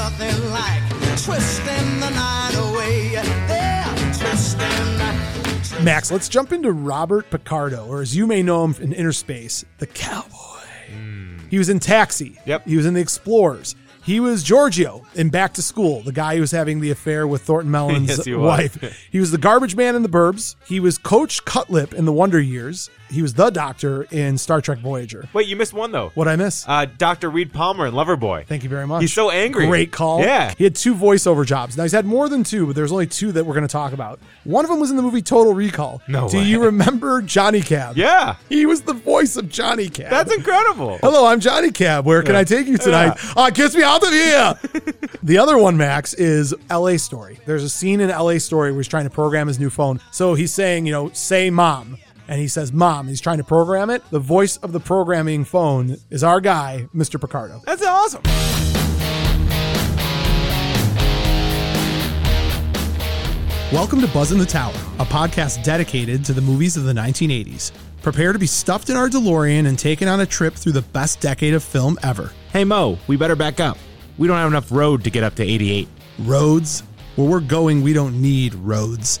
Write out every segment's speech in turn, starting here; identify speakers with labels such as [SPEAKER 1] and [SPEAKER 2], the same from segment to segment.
[SPEAKER 1] Oh, twisting the night away. They're twisting.
[SPEAKER 2] Max, let's jump into Robert Picardo, or as you may know him in Inner Space, the Cowboy. He was in Taxi.
[SPEAKER 3] Hmm. Yep.
[SPEAKER 2] He was in The Explorers. He was Giorgio in Back to School, the guy who was having the affair with Thornton Mellon's
[SPEAKER 3] Yes, he was.
[SPEAKER 2] wife. He was the garbage man in The Burbs. He was Coach Cutlip in The Wonder Years. He was the doctor in Star Trek Voyager.
[SPEAKER 3] Wait, you missed one though.
[SPEAKER 2] What'd I miss?
[SPEAKER 3] Uh, Dr. Reed Palmer and Loverboy.
[SPEAKER 2] Thank you very much.
[SPEAKER 3] He's so angry.
[SPEAKER 2] Great call.
[SPEAKER 3] Yeah.
[SPEAKER 2] He had two voiceover jobs. Now he's had more than two, but there's only two that we're going to talk about. One of them was in the movie Total Recall.
[SPEAKER 3] No
[SPEAKER 2] Do
[SPEAKER 3] way.
[SPEAKER 2] you remember Johnny Cab?
[SPEAKER 3] Yeah.
[SPEAKER 2] He was the voice of Johnny Cab.
[SPEAKER 3] That's incredible.
[SPEAKER 4] Oh.
[SPEAKER 2] Hello, I'm Johnny Cab. Where can I take you tonight? Ah, kiss me out of here. the other one, Max, is LA Story. There's a scene in LA Story where he's trying to program his new phone. So he's saying, you know, say mom. And he says, Mom, he's trying to program it. The voice of the programming phone is our guy, Mr. Picardo.
[SPEAKER 3] That's awesome.
[SPEAKER 2] Welcome to Buzz in the Tower, a podcast dedicated to the movies of the 1980s. Prepare to be stuffed in our DeLorean and taken on a trip through the best decade of film ever.
[SPEAKER 3] Hey Mo, we better back up. We don't have enough road to get up to 88.
[SPEAKER 2] Roads? Where we're going, we don't need roads.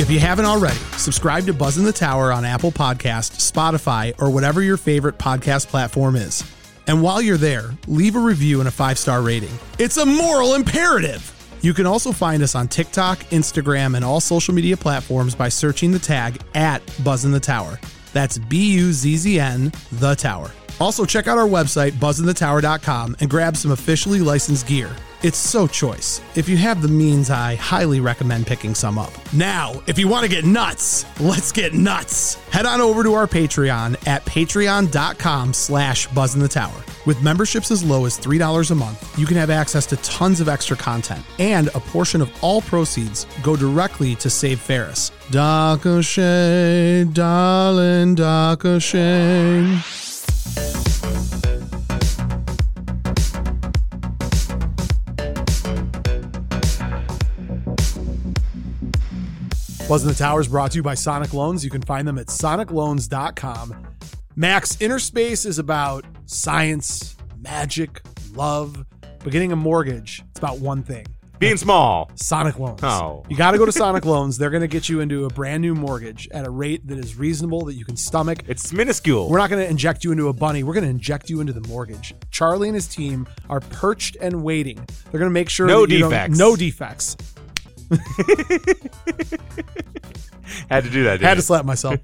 [SPEAKER 2] If you haven't already, subscribe to Buzz in the Tower on Apple Podcast, Spotify, or whatever your favorite podcast platform is. And while you're there, leave a review and a five-star rating. It's a moral imperative. You can also find us on TikTok, Instagram, and all social media platforms by searching the tag at Buzz in the Tower. That's B-U-Z-Z-N, The Tower. Also, check out our website, buzzinthetower.com, and grab some officially licensed gear. It's so choice. If you have the means, I highly recommend picking some up. Now, if you want to get nuts, let's get nuts. Head on over to our Patreon at patreon.com slash buzzinthetower. With memberships as low as $3 a month, you can have access to tons of extra content, and a portion of all proceeds go directly to Save Ferris. Doc O'Shea, darling Doc O'Shea. Buzz in the Tower is brought to you by Sonic Loans. You can find them at sonicloans.com. Max, Inner Space is about science, magic, love, but getting a mortgage, it's about one thing.
[SPEAKER 3] Being small.
[SPEAKER 2] Sonic Loans.
[SPEAKER 3] Oh.
[SPEAKER 2] You got to go to Sonic Loans. They're going to get you into a brand new mortgage at a rate that is reasonable that you can stomach.
[SPEAKER 3] It's minuscule.
[SPEAKER 2] We're not going to inject you into a bunny. We're going to inject you into the mortgage. Charlie and his team are perched and waiting. They're going to make sure
[SPEAKER 3] No
[SPEAKER 2] that you don't-
[SPEAKER 3] defects.
[SPEAKER 2] no defects.
[SPEAKER 3] Had to do that.
[SPEAKER 2] Had
[SPEAKER 3] Had
[SPEAKER 2] to slap myself.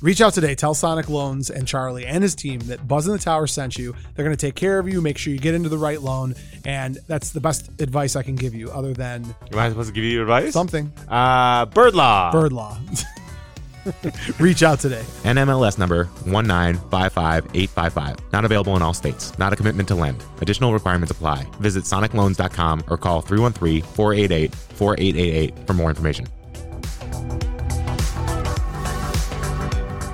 [SPEAKER 2] Reach out today. Tell Sonic Loans and Charlie and his team that Buzz in the Tower sent you. They're going to take care of you. Make sure you get into the right loan. And that's the best advice I can give you, other than
[SPEAKER 3] Am I supposed to give you advice?
[SPEAKER 2] something
[SPEAKER 3] Uh, bird law.
[SPEAKER 2] bird law. Reach out today.
[SPEAKER 5] NMLS number 1955855. Not available in all states. Not a commitment to lend. Additional requirements apply. Visit sonicloans.com or call 313-488-4888 for more information.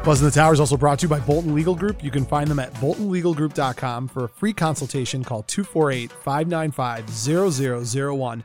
[SPEAKER 2] Buzz in the Tower is also brought to you by Bolton Legal Group. You can find them at boltonlegalgroup.com for a free consultation. Call 248 595 0001.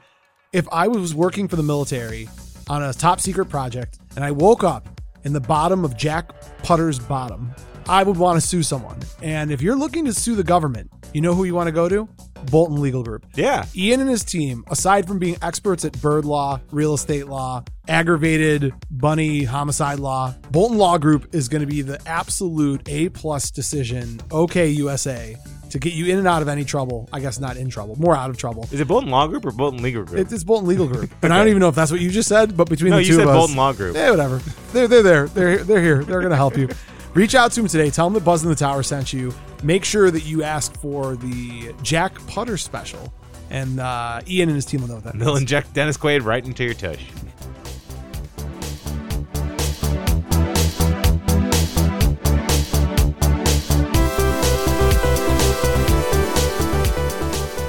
[SPEAKER 2] If I was working for the military on a top secret project and I woke up in the bottom of Jack Putter's bottom, I would want to sue someone. And if you're looking to sue the government, you know who you want to go to? Bolton Legal Group.
[SPEAKER 3] Yeah.
[SPEAKER 2] Ian and his team, aside from being experts at bird law, real estate law, aggravated bunny homicide law, Bolton Law Group is going to be the absolute A plus decision, okay, USA, to get you in and out of any trouble. I guess not in trouble, more out of trouble.
[SPEAKER 3] Is it Bolton Law Group or Bolton Legal Group?
[SPEAKER 2] It's, it's Bolton Legal Group, and I don't even know if that's what you just said, but between
[SPEAKER 3] No,
[SPEAKER 2] the
[SPEAKER 3] you
[SPEAKER 2] two
[SPEAKER 3] said
[SPEAKER 2] of us,
[SPEAKER 3] Bolton Law Group.
[SPEAKER 2] Yeah, whatever. They're they're there. They're they're here. They're gonna help you. Reach out to them today. Tell them that Buzz in the Tower sent you. Make sure that you ask for the Jack Putter special, and uh, Ian and his team will know what that.
[SPEAKER 3] They'll
[SPEAKER 2] means.
[SPEAKER 3] inject Dennis Quaid right into your tush.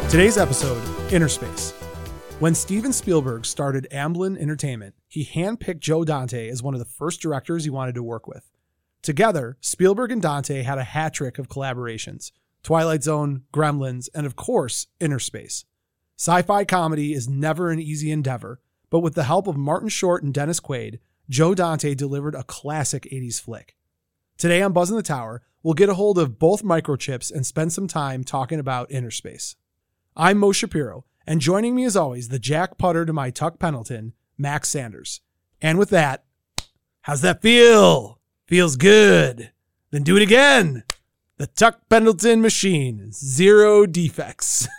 [SPEAKER 2] Today's episode Interspace. When Steven Spielberg started Amblin Entertainment, he handpicked Joe Dante as one of the first directors he wanted to work with. Together, Spielberg and Dante had a hat trick of collaborations Twilight Zone, Gremlins, and of course, Interspace. Sci fi comedy is never an easy endeavor, but with the help of Martin Short and Dennis Quaid, Joe Dante delivered a classic 80s flick. Today on Buzz in the Tower, we'll get a hold of both microchips and spend some time talking about Interspace. I'm Mo Shapiro, and joining me as always, the jack putter to my Tuck Pendleton, Max Sanders. And with that, how's that feel? Feels good. Then do it again. The Tuck Pendleton machine, zero defects.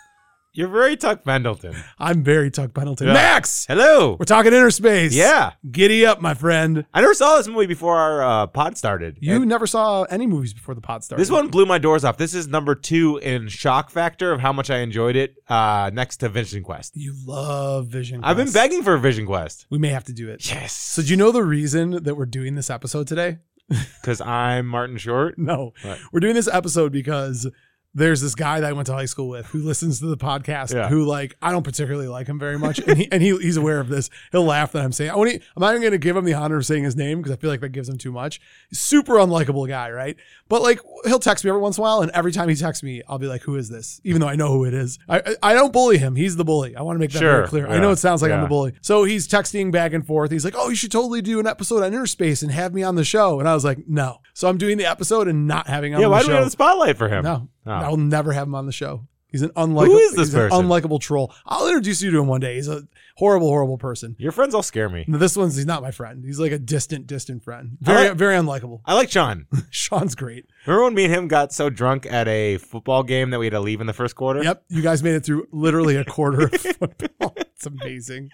[SPEAKER 4] You're very Tuck Pendleton.
[SPEAKER 2] I'm very Tuck Pendleton.
[SPEAKER 4] Yeah.
[SPEAKER 2] Max,
[SPEAKER 4] Hello.
[SPEAKER 2] we're talking interspace.
[SPEAKER 4] Yeah.
[SPEAKER 2] Giddy up, my friend.
[SPEAKER 4] I never saw this movie before our uh, pod started.
[SPEAKER 2] You
[SPEAKER 4] And
[SPEAKER 2] never saw any movies before the pod started.
[SPEAKER 4] this one blew my doors off. This is number two in shock factor of how much I enjoyed it uh, next to Vision Quest.
[SPEAKER 2] You love Vision
[SPEAKER 4] I've been
[SPEAKER 2] Quest.
[SPEAKER 4] begging for a Vision Quest.
[SPEAKER 2] We may have to do it.
[SPEAKER 4] Yes.
[SPEAKER 2] So, do you know the reason that we're doing this episode today?
[SPEAKER 4] Because I'm Martin Short.
[SPEAKER 2] No,
[SPEAKER 4] Right.
[SPEAKER 2] we're doing this episode because there's this guy that I went to high school with who listens to the podcast.
[SPEAKER 4] Yeah.
[SPEAKER 2] Who like I don't particularly like him very much, and he, and he he's aware of this. He'll laugh that I'm saying. I won't, e- I'm not even going to give him the honor of saying his name because I feel like that gives him too much. Super unlikable guy, right? But like he'll text me every once in a while, and every time he texts me, I'll be like, "Who is this?" Even though I know who it is. I I- I don't bully him. He's the bully. I want to make that very
[SPEAKER 4] Sure.
[SPEAKER 2] clear. I
[SPEAKER 4] Yeah.
[SPEAKER 2] know it sounds like I'm
[SPEAKER 4] Yeah.
[SPEAKER 2] the bully. So he's texting back and forth. He's like, "Oh, you should totally do an episode on Interspace and have me on the show." And I was like, "No." So I'm doing the episode and not having him
[SPEAKER 4] Yeah,
[SPEAKER 2] on
[SPEAKER 4] why
[SPEAKER 2] the
[SPEAKER 4] do we
[SPEAKER 2] show.
[SPEAKER 4] have the spotlight for him?
[SPEAKER 2] No,
[SPEAKER 4] Oh.
[SPEAKER 2] I will never have him on the show. He's an unlikable.
[SPEAKER 4] Who is this
[SPEAKER 2] he's an
[SPEAKER 4] person?
[SPEAKER 2] unlikable troll. I'll introduce you to him one day. He's a horrible, horrible person.
[SPEAKER 4] Your friends all scare me.
[SPEAKER 2] No, This one's he's not my friend. He's like a distant, distant friend.
[SPEAKER 4] I
[SPEAKER 2] Very,
[SPEAKER 4] like-
[SPEAKER 2] very unlikable.
[SPEAKER 4] I like Sean.
[SPEAKER 2] Sean's great.
[SPEAKER 4] Remember when me and him got so drunk at a football game that we had to leave in the first quarter?
[SPEAKER 2] Yep, you guys made it through literally a quarter of football. It's amazing.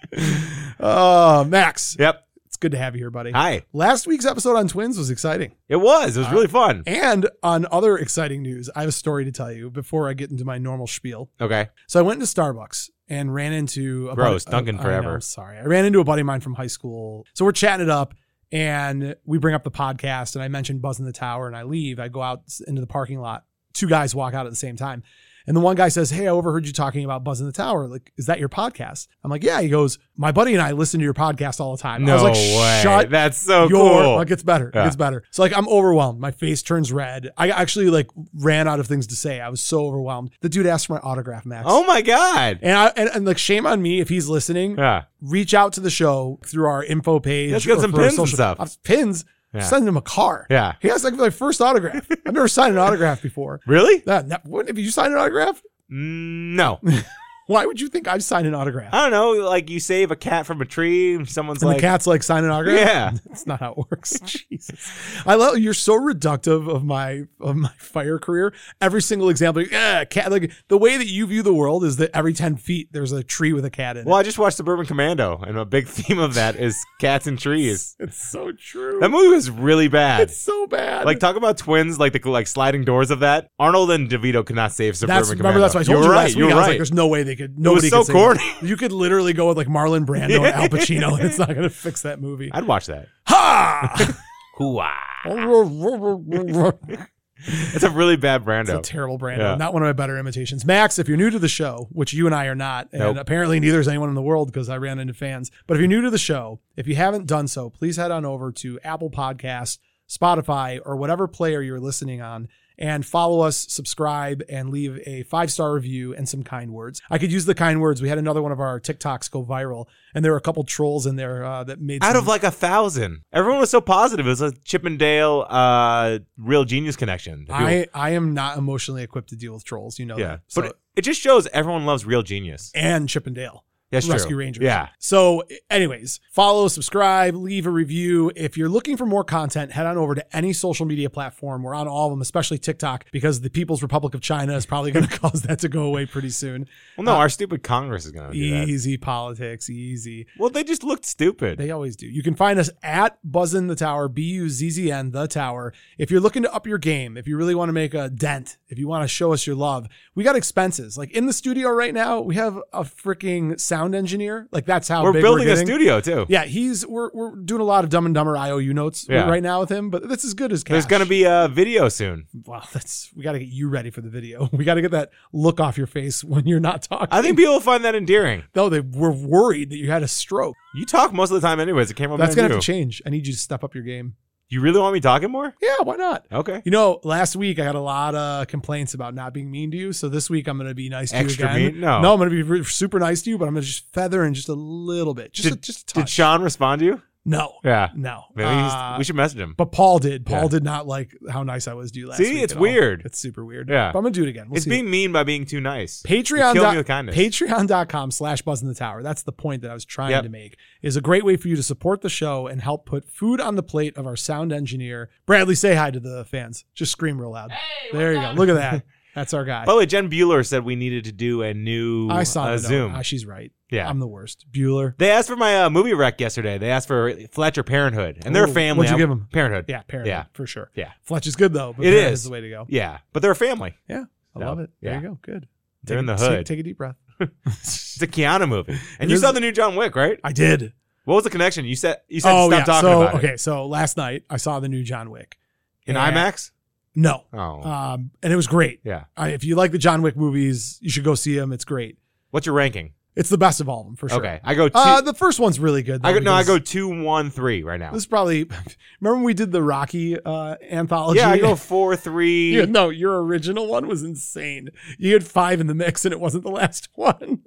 [SPEAKER 2] Uh, Max,
[SPEAKER 4] Yep.
[SPEAKER 2] it's good to have you here, buddy.
[SPEAKER 4] Hi.
[SPEAKER 2] Last week's episode on twins was exciting.
[SPEAKER 4] It was.
[SPEAKER 2] Uh,
[SPEAKER 4] It was really fun.
[SPEAKER 2] And on other exciting news, I have a story to tell you before I get into my normal spiel.
[SPEAKER 4] Okay.
[SPEAKER 2] So I went into Starbucks and ran into a
[SPEAKER 4] Gross,
[SPEAKER 2] buddy-
[SPEAKER 4] Dunkin'
[SPEAKER 2] I
[SPEAKER 4] forever.
[SPEAKER 2] know, I'm sorry, I ran into a buddy of mine from high school. So we're chatting it up, and we bring up the podcast, and I mentioned Buzz in the Tower, and I leave. I go out into the parking lot. Two guys walk out at the same time, and the one guy says, "Hey, I overheard you talking about Buzz in the Tower. Like, is that your podcast?" I'm like, "Yeah." He goes, "My buddy and I listen to your podcast all the time." I was like, "Shut
[SPEAKER 4] That's so
[SPEAKER 2] your
[SPEAKER 4] Oh, cool.
[SPEAKER 2] like it's better it
[SPEAKER 4] Yeah.
[SPEAKER 2] gets better so like i'm overwhelmed my face turns red i actually like ran out of things to say i was so overwhelmed the dude asked for my autograph max
[SPEAKER 4] oh my god.
[SPEAKER 2] and I and, and like shame on me if he's listening.
[SPEAKER 4] Yeah.
[SPEAKER 2] Reach out to the show through our info page.
[SPEAKER 4] Let's get
[SPEAKER 2] or
[SPEAKER 4] some
[SPEAKER 2] for our
[SPEAKER 4] pins and stuff.
[SPEAKER 2] Uh, Pins.
[SPEAKER 4] Yeah.
[SPEAKER 2] Send him a car.
[SPEAKER 4] Yeah.
[SPEAKER 2] He asked like for my first autograph. I've never signed an autograph before.
[SPEAKER 4] Really?
[SPEAKER 2] That, that what, if you signed an autograph,
[SPEAKER 4] Mm, No.
[SPEAKER 2] why would you think I've signed an autograph?
[SPEAKER 4] I don't know. Like you save a cat from a tree. and Someone's
[SPEAKER 2] and
[SPEAKER 4] like,
[SPEAKER 2] the cat's like sign an autograph.
[SPEAKER 4] yeah.
[SPEAKER 2] That's not how it works. Jesus. I love you're so reductive of my of my fire career. Every single example, yeah, cat like the way that you view the world is that every 10 feet there's a tree with a cat in it.
[SPEAKER 4] Well, I just watched Suburban Commando, and a big theme of that is cats and trees.
[SPEAKER 2] It's so true.
[SPEAKER 4] That movie was really bad.
[SPEAKER 2] It's so bad.
[SPEAKER 4] Like talk about twins, like the like sliding doors of that. Arnold and DeVito could not save Suburban
[SPEAKER 2] That's
[SPEAKER 4] Commando.
[SPEAKER 2] remember that's why I told
[SPEAKER 4] you're
[SPEAKER 2] you
[SPEAKER 4] right.
[SPEAKER 2] last week.
[SPEAKER 4] you're
[SPEAKER 2] I was like,
[SPEAKER 4] right.
[SPEAKER 2] "There's no way they could. Nobody
[SPEAKER 4] so
[SPEAKER 2] could sing that.
[SPEAKER 4] corny.
[SPEAKER 2] You could literally go with like Marlon Brando and Al Pacino, and it's not going to fix that movie.
[SPEAKER 4] I'd watch that.
[SPEAKER 2] Ha!
[SPEAKER 4] Hooah.
[SPEAKER 2] it's
[SPEAKER 4] It's a really bad Brando.
[SPEAKER 2] a terrible Brando.
[SPEAKER 4] Yeah.
[SPEAKER 2] Not one of my better imitations. Max, if you're new to the show, which you and I are not, and
[SPEAKER 4] Nope.
[SPEAKER 2] apparently neither is anyone in the world because I ran into fans. But if you're new to the show, if you haven't done so, please head on over to Apple Podcast, Spotify, or whatever player you're listening on. and follow us, subscribe, and leave a five star review and some kind words. I could use the kind words. We had another one of our TikToks go viral, and there were a couple trolls in there uh, that made
[SPEAKER 4] out
[SPEAKER 2] some,
[SPEAKER 4] of like a thousand. Everyone was so positive. It was a Chippendale uh, real genius connection.
[SPEAKER 2] I I am not emotionally equipped to deal with trolls. You know
[SPEAKER 4] yeah,
[SPEAKER 2] that. So,
[SPEAKER 4] but it, it just shows everyone loves real genius.
[SPEAKER 2] and Chippendale.
[SPEAKER 4] That's true.
[SPEAKER 2] Rescue Rangers.
[SPEAKER 4] Yeah,
[SPEAKER 2] So, anyways, follow, subscribe, leave a review. If you're looking for more content, head on over to any social media platform. We're on all of them, especially TikTok, because the People's Republic of China is probably going to cause that to go away pretty soon.
[SPEAKER 4] Well, no,
[SPEAKER 2] Uh,
[SPEAKER 4] our stupid Congress is going to do that.
[SPEAKER 2] Easy politics, easy.
[SPEAKER 4] Well, they just looked stupid.
[SPEAKER 2] They always do. You can find us at Buzzin the Tower, B U Z Z N the Tower. If you're looking to up your game, if you really want to make a dent, if you want to show us your love, we got expenses. Like in the studio right now, we have a freaking sound engineer. Like that's how
[SPEAKER 4] We're
[SPEAKER 2] big
[SPEAKER 4] building
[SPEAKER 2] we're
[SPEAKER 4] a
[SPEAKER 2] getting.
[SPEAKER 4] studio too.
[SPEAKER 2] Yeah, he's we're we're doing a lot of Dumb and Dumber IOU notes
[SPEAKER 4] Yeah.
[SPEAKER 2] right now with him, but that's as good as cash.
[SPEAKER 4] There's gonna be a video soon.
[SPEAKER 2] wow. That's we got to get you ready for the video. We got to get that look off your face when you're not talking.
[SPEAKER 4] I think people will find that endearing.
[SPEAKER 2] no, they were worried that you had a stroke.
[SPEAKER 4] You talk most of the time, anyways. The camera.
[SPEAKER 2] That's gonna have to change. I need you to step up your game.
[SPEAKER 4] You really want me talking more?
[SPEAKER 2] Yeah, why not?
[SPEAKER 4] Okay.
[SPEAKER 2] You know, last week I got a lot of complaints about not being mean to you. So this week I'm going to be nice to
[SPEAKER 4] Extra
[SPEAKER 2] you again.
[SPEAKER 4] mean? No.
[SPEAKER 2] no, I'm going to be re- super nice to you, but I'm going to just feather in just a little bit, just a,
[SPEAKER 4] Did-
[SPEAKER 2] just a touch.
[SPEAKER 4] Did Sean respond to you?
[SPEAKER 2] no,
[SPEAKER 4] Yeah.
[SPEAKER 2] no.
[SPEAKER 4] Maybe he's-
[SPEAKER 2] Uh,
[SPEAKER 4] we should message him.
[SPEAKER 2] but Paul did. Paul
[SPEAKER 4] Yeah.
[SPEAKER 2] did not like how nice I was to you last
[SPEAKER 4] See,
[SPEAKER 2] week
[SPEAKER 4] it's
[SPEAKER 2] at all.
[SPEAKER 4] weird.
[SPEAKER 2] It's super weird.
[SPEAKER 4] Yeah.
[SPEAKER 2] but I'm gonna do it again. We'll
[SPEAKER 4] it's
[SPEAKER 2] see.
[SPEAKER 4] being mean by being too nice.
[SPEAKER 2] Patreon.
[SPEAKER 4] Kill
[SPEAKER 2] dot-
[SPEAKER 4] me with kindness.
[SPEAKER 2] Patreon.com slash Buzz in the Tower. That's the point that I was trying
[SPEAKER 4] Yep.
[SPEAKER 2] to make. Is a great way for you to support the show and help put food on the plate of our sound engineer. Bradley, say hi to the fans. Just scream real loud. there you go. Look at that. That's our guy.
[SPEAKER 4] By the way, Jen Bueller said we needed to do Oh, a new
[SPEAKER 2] I saw
[SPEAKER 4] uh,
[SPEAKER 2] the note.
[SPEAKER 4] Zoom.
[SPEAKER 2] Ah, she's right.
[SPEAKER 4] Yeah.
[SPEAKER 2] I'm the worst. Bueller.
[SPEAKER 4] they asked for my uh, movie rec yesterday. They asked for Fletcher Parenthood, and they're a
[SPEAKER 2] Ooh,
[SPEAKER 4] family.
[SPEAKER 2] what'd you
[SPEAKER 4] I-
[SPEAKER 2] give 'em?
[SPEAKER 4] Parenthood.
[SPEAKER 2] Yeah, Parenthood,
[SPEAKER 4] Yeah.
[SPEAKER 2] for sure.
[SPEAKER 4] Yeah.
[SPEAKER 2] Fletch is good though, but
[SPEAKER 4] It
[SPEAKER 2] Parenthood
[SPEAKER 4] is.
[SPEAKER 2] the way to go.
[SPEAKER 4] Yeah, but they're a family.
[SPEAKER 2] Yeah. I
[SPEAKER 4] So,
[SPEAKER 2] love it. There
[SPEAKER 4] yeah.
[SPEAKER 2] you go. Good.
[SPEAKER 4] They're
[SPEAKER 2] Take
[SPEAKER 4] in
[SPEAKER 2] a-
[SPEAKER 4] the
[SPEAKER 2] take-
[SPEAKER 4] hood.
[SPEAKER 2] Take, a deep breath.
[SPEAKER 4] It's a Keanu movie,
[SPEAKER 2] It
[SPEAKER 4] and you
[SPEAKER 2] is-
[SPEAKER 4] saw the new John Wick, right?
[SPEAKER 2] I did. Oh,
[SPEAKER 4] What was the connection? You said you said stop talking
[SPEAKER 2] so
[SPEAKER 4] about
[SPEAKER 2] okay,
[SPEAKER 4] it
[SPEAKER 2] so last night I saw the new John Wick.
[SPEAKER 4] in
[SPEAKER 2] And-
[SPEAKER 4] IMAX.
[SPEAKER 2] No.
[SPEAKER 4] Oh,
[SPEAKER 2] Um, and it was great.
[SPEAKER 4] yeah.
[SPEAKER 2] I, if you like the John Wick movies, you should go see them. It's great.
[SPEAKER 4] What's your ranking?
[SPEAKER 2] It's the best of all of them for sure.
[SPEAKER 4] Okay, I go two.
[SPEAKER 2] Uh, the first one's really good.
[SPEAKER 4] I go
[SPEAKER 2] though,
[SPEAKER 4] no, I go
[SPEAKER 2] because
[SPEAKER 4] two one three right now.
[SPEAKER 2] This is probably. Remember when we did the Rocky uh, anthology?
[SPEAKER 4] Yeah, I go four three.
[SPEAKER 2] Yeah, no, your original one was insane. You had five in the mix, and it wasn't the last one.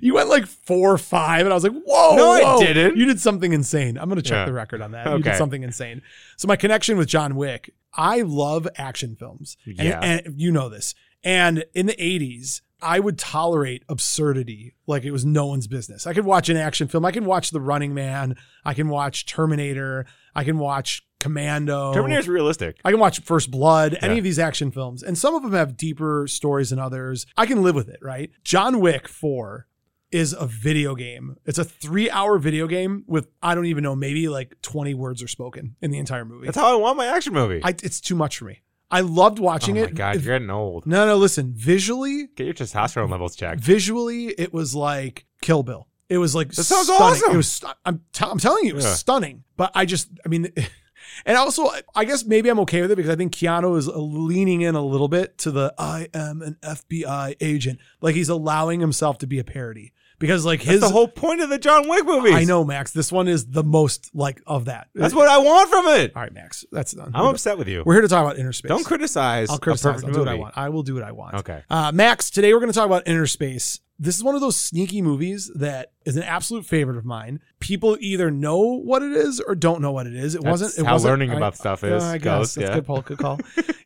[SPEAKER 2] you went like four, five, and I was like, "Whoa!"
[SPEAKER 4] No, I
[SPEAKER 2] whoa.
[SPEAKER 4] didn't.
[SPEAKER 2] You did something insane. I'm gonna check
[SPEAKER 4] Yeah.
[SPEAKER 2] the record on that. You did
[SPEAKER 4] Okay.
[SPEAKER 2] something insane. So my connection with John Wick, I love action films, and,
[SPEAKER 4] Yeah.
[SPEAKER 2] and you know this. And in the 80s, I would tolerate absurdity like it was no one's business. I could watch an action film. I can watch The Running Man. I can watch Terminator. I can watch Commando.
[SPEAKER 4] Terminator's realistic.
[SPEAKER 2] I can watch First Blood, any
[SPEAKER 4] Yeah.
[SPEAKER 2] of these action films, and some of them have deeper stories than others. I can live with it, right? John Wick 4 is a video game. It's a three hour video game with, I don't even know, maybe like 20 words are spoken in the entire movie.
[SPEAKER 4] That's how I want my action movie.
[SPEAKER 2] I, it's too much for me. I loved
[SPEAKER 4] oh
[SPEAKER 2] watching
[SPEAKER 4] my
[SPEAKER 2] it.
[SPEAKER 4] god,
[SPEAKER 2] If-
[SPEAKER 4] you're getting old.
[SPEAKER 2] no, no, listen, visually,
[SPEAKER 4] Get your testosterone levels checked.
[SPEAKER 2] visually, it was like Kill Bill. It was like
[SPEAKER 4] That sounds
[SPEAKER 2] stunning.
[SPEAKER 4] awesome.
[SPEAKER 2] It was. stu- I'm. T- I'm telling you, it was
[SPEAKER 4] Yeah.
[SPEAKER 2] stunning. But I just. I mean, and also, I guess maybe I'm okay with it because I think Keanu is uh, leaning in a little bit to the I am an FBI agent. Like he's allowing himself to be a parody because like
[SPEAKER 4] That's
[SPEAKER 2] his.
[SPEAKER 4] the whole point of the John Wick movies.
[SPEAKER 2] I know, Max. This one is the most like of that.
[SPEAKER 4] That's what I want from it.
[SPEAKER 2] All right, Max. That's done.
[SPEAKER 4] I'm upset with you.
[SPEAKER 2] We're here to talk about inner space.
[SPEAKER 4] Don't criticize.
[SPEAKER 2] I'll criticize.
[SPEAKER 4] A perfect
[SPEAKER 2] I'll do what I
[SPEAKER 4] movie.
[SPEAKER 2] want. I will do what I want.
[SPEAKER 4] Okay.
[SPEAKER 2] Uh, Max, today we're going to talk about Inner Space. This is one of those sneaky movies that is an absolute favorite of mine. People either know what it is or don't know what it is. It
[SPEAKER 4] That's
[SPEAKER 2] wasn't. It
[SPEAKER 4] how
[SPEAKER 2] wasn't,
[SPEAKER 4] learning about stuff is,
[SPEAKER 2] I guess
[SPEAKER 4] goes,
[SPEAKER 2] that's
[SPEAKER 4] yeah.
[SPEAKER 2] a good, Paul, good call.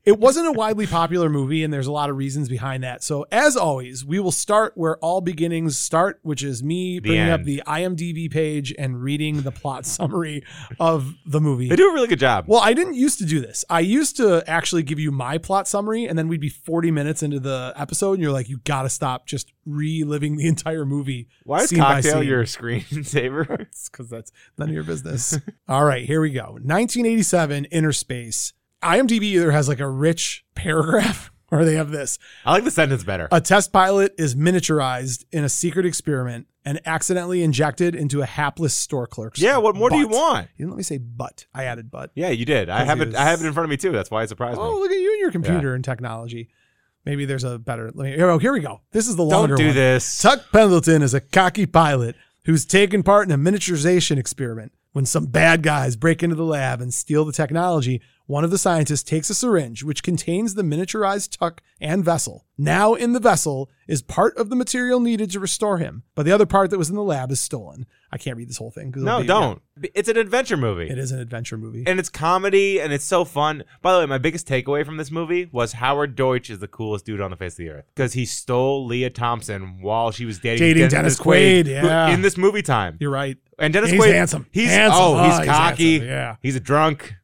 [SPEAKER 2] it wasn't a widely popular movie, and there's a lot of reasons behind that. So, as always, we will start where all beginnings start, which is me
[SPEAKER 4] The
[SPEAKER 2] bringing up
[SPEAKER 4] end.
[SPEAKER 2] the IMDb page and reading the plot summary of the movie.
[SPEAKER 4] They do a really good job.
[SPEAKER 2] Well, I didn't used to do this. I used to actually give you my plot summary, and then we'd be 40 minutes into the episode, and you're like, you gotta stop just reliving the entire movie.
[SPEAKER 4] Why is
[SPEAKER 2] scene by
[SPEAKER 4] Cocktail
[SPEAKER 2] scene."
[SPEAKER 4] your screensaver?
[SPEAKER 2] because that's none of your business. All right, here we go. 1987 Inner Space. IMDb either has like a rich paragraph or they have this.
[SPEAKER 4] I like the sentence better.
[SPEAKER 2] A test pilot is miniaturized in a secret experiment and accidentally injected into a hapless store clerk's.
[SPEAKER 4] yeah, what more do you
[SPEAKER 2] butt.
[SPEAKER 4] want?
[SPEAKER 2] You didn't let me say butt. I added butt.
[SPEAKER 4] Yeah, you did. I
[SPEAKER 2] Because
[SPEAKER 4] have
[SPEAKER 2] he
[SPEAKER 4] it.
[SPEAKER 2] was-
[SPEAKER 4] I have it in front of me too. That's why it surprised
[SPEAKER 2] Oh,
[SPEAKER 4] me.
[SPEAKER 2] look at you and your computer and technology. Maybe there's a better. Let me, here, oh, here we go. This is the longer
[SPEAKER 4] Don't do
[SPEAKER 2] one.
[SPEAKER 4] this.
[SPEAKER 2] Tuck Pendleton is a cocky pilot who's taken part in a miniaturization experiment. When some bad guys break into the lab and steal the technology, one of the scientists takes a syringe which contains the miniaturized Tuck and vessel. Now in the vessel is part of the material needed to restore him, but the other part that was in the lab is stolen. I can't read this whole thing. 'cause it'll
[SPEAKER 4] no,
[SPEAKER 2] be-
[SPEAKER 4] don't. It's an adventure movie.
[SPEAKER 2] yeah, It is an adventure movie.
[SPEAKER 4] and it's comedy and it's so fun. By the way, my biggest takeaway from this movie was Howard Deutsch is the coolest dude on the face of the earth because he stole Leah Thompson while she was dating,
[SPEAKER 2] Dating Dennis Quaid,
[SPEAKER 4] who-
[SPEAKER 2] yeah.
[SPEAKER 4] in this movie time.
[SPEAKER 2] You're right.
[SPEAKER 4] And Dennis
[SPEAKER 2] And he's
[SPEAKER 4] Quaid,
[SPEAKER 2] handsome.
[SPEAKER 4] He's
[SPEAKER 2] Handsome.
[SPEAKER 4] oh,
[SPEAKER 2] Oh,
[SPEAKER 4] he's
[SPEAKER 2] he's
[SPEAKER 4] cocky.
[SPEAKER 2] handsome, yeah.
[SPEAKER 4] he's a drunk.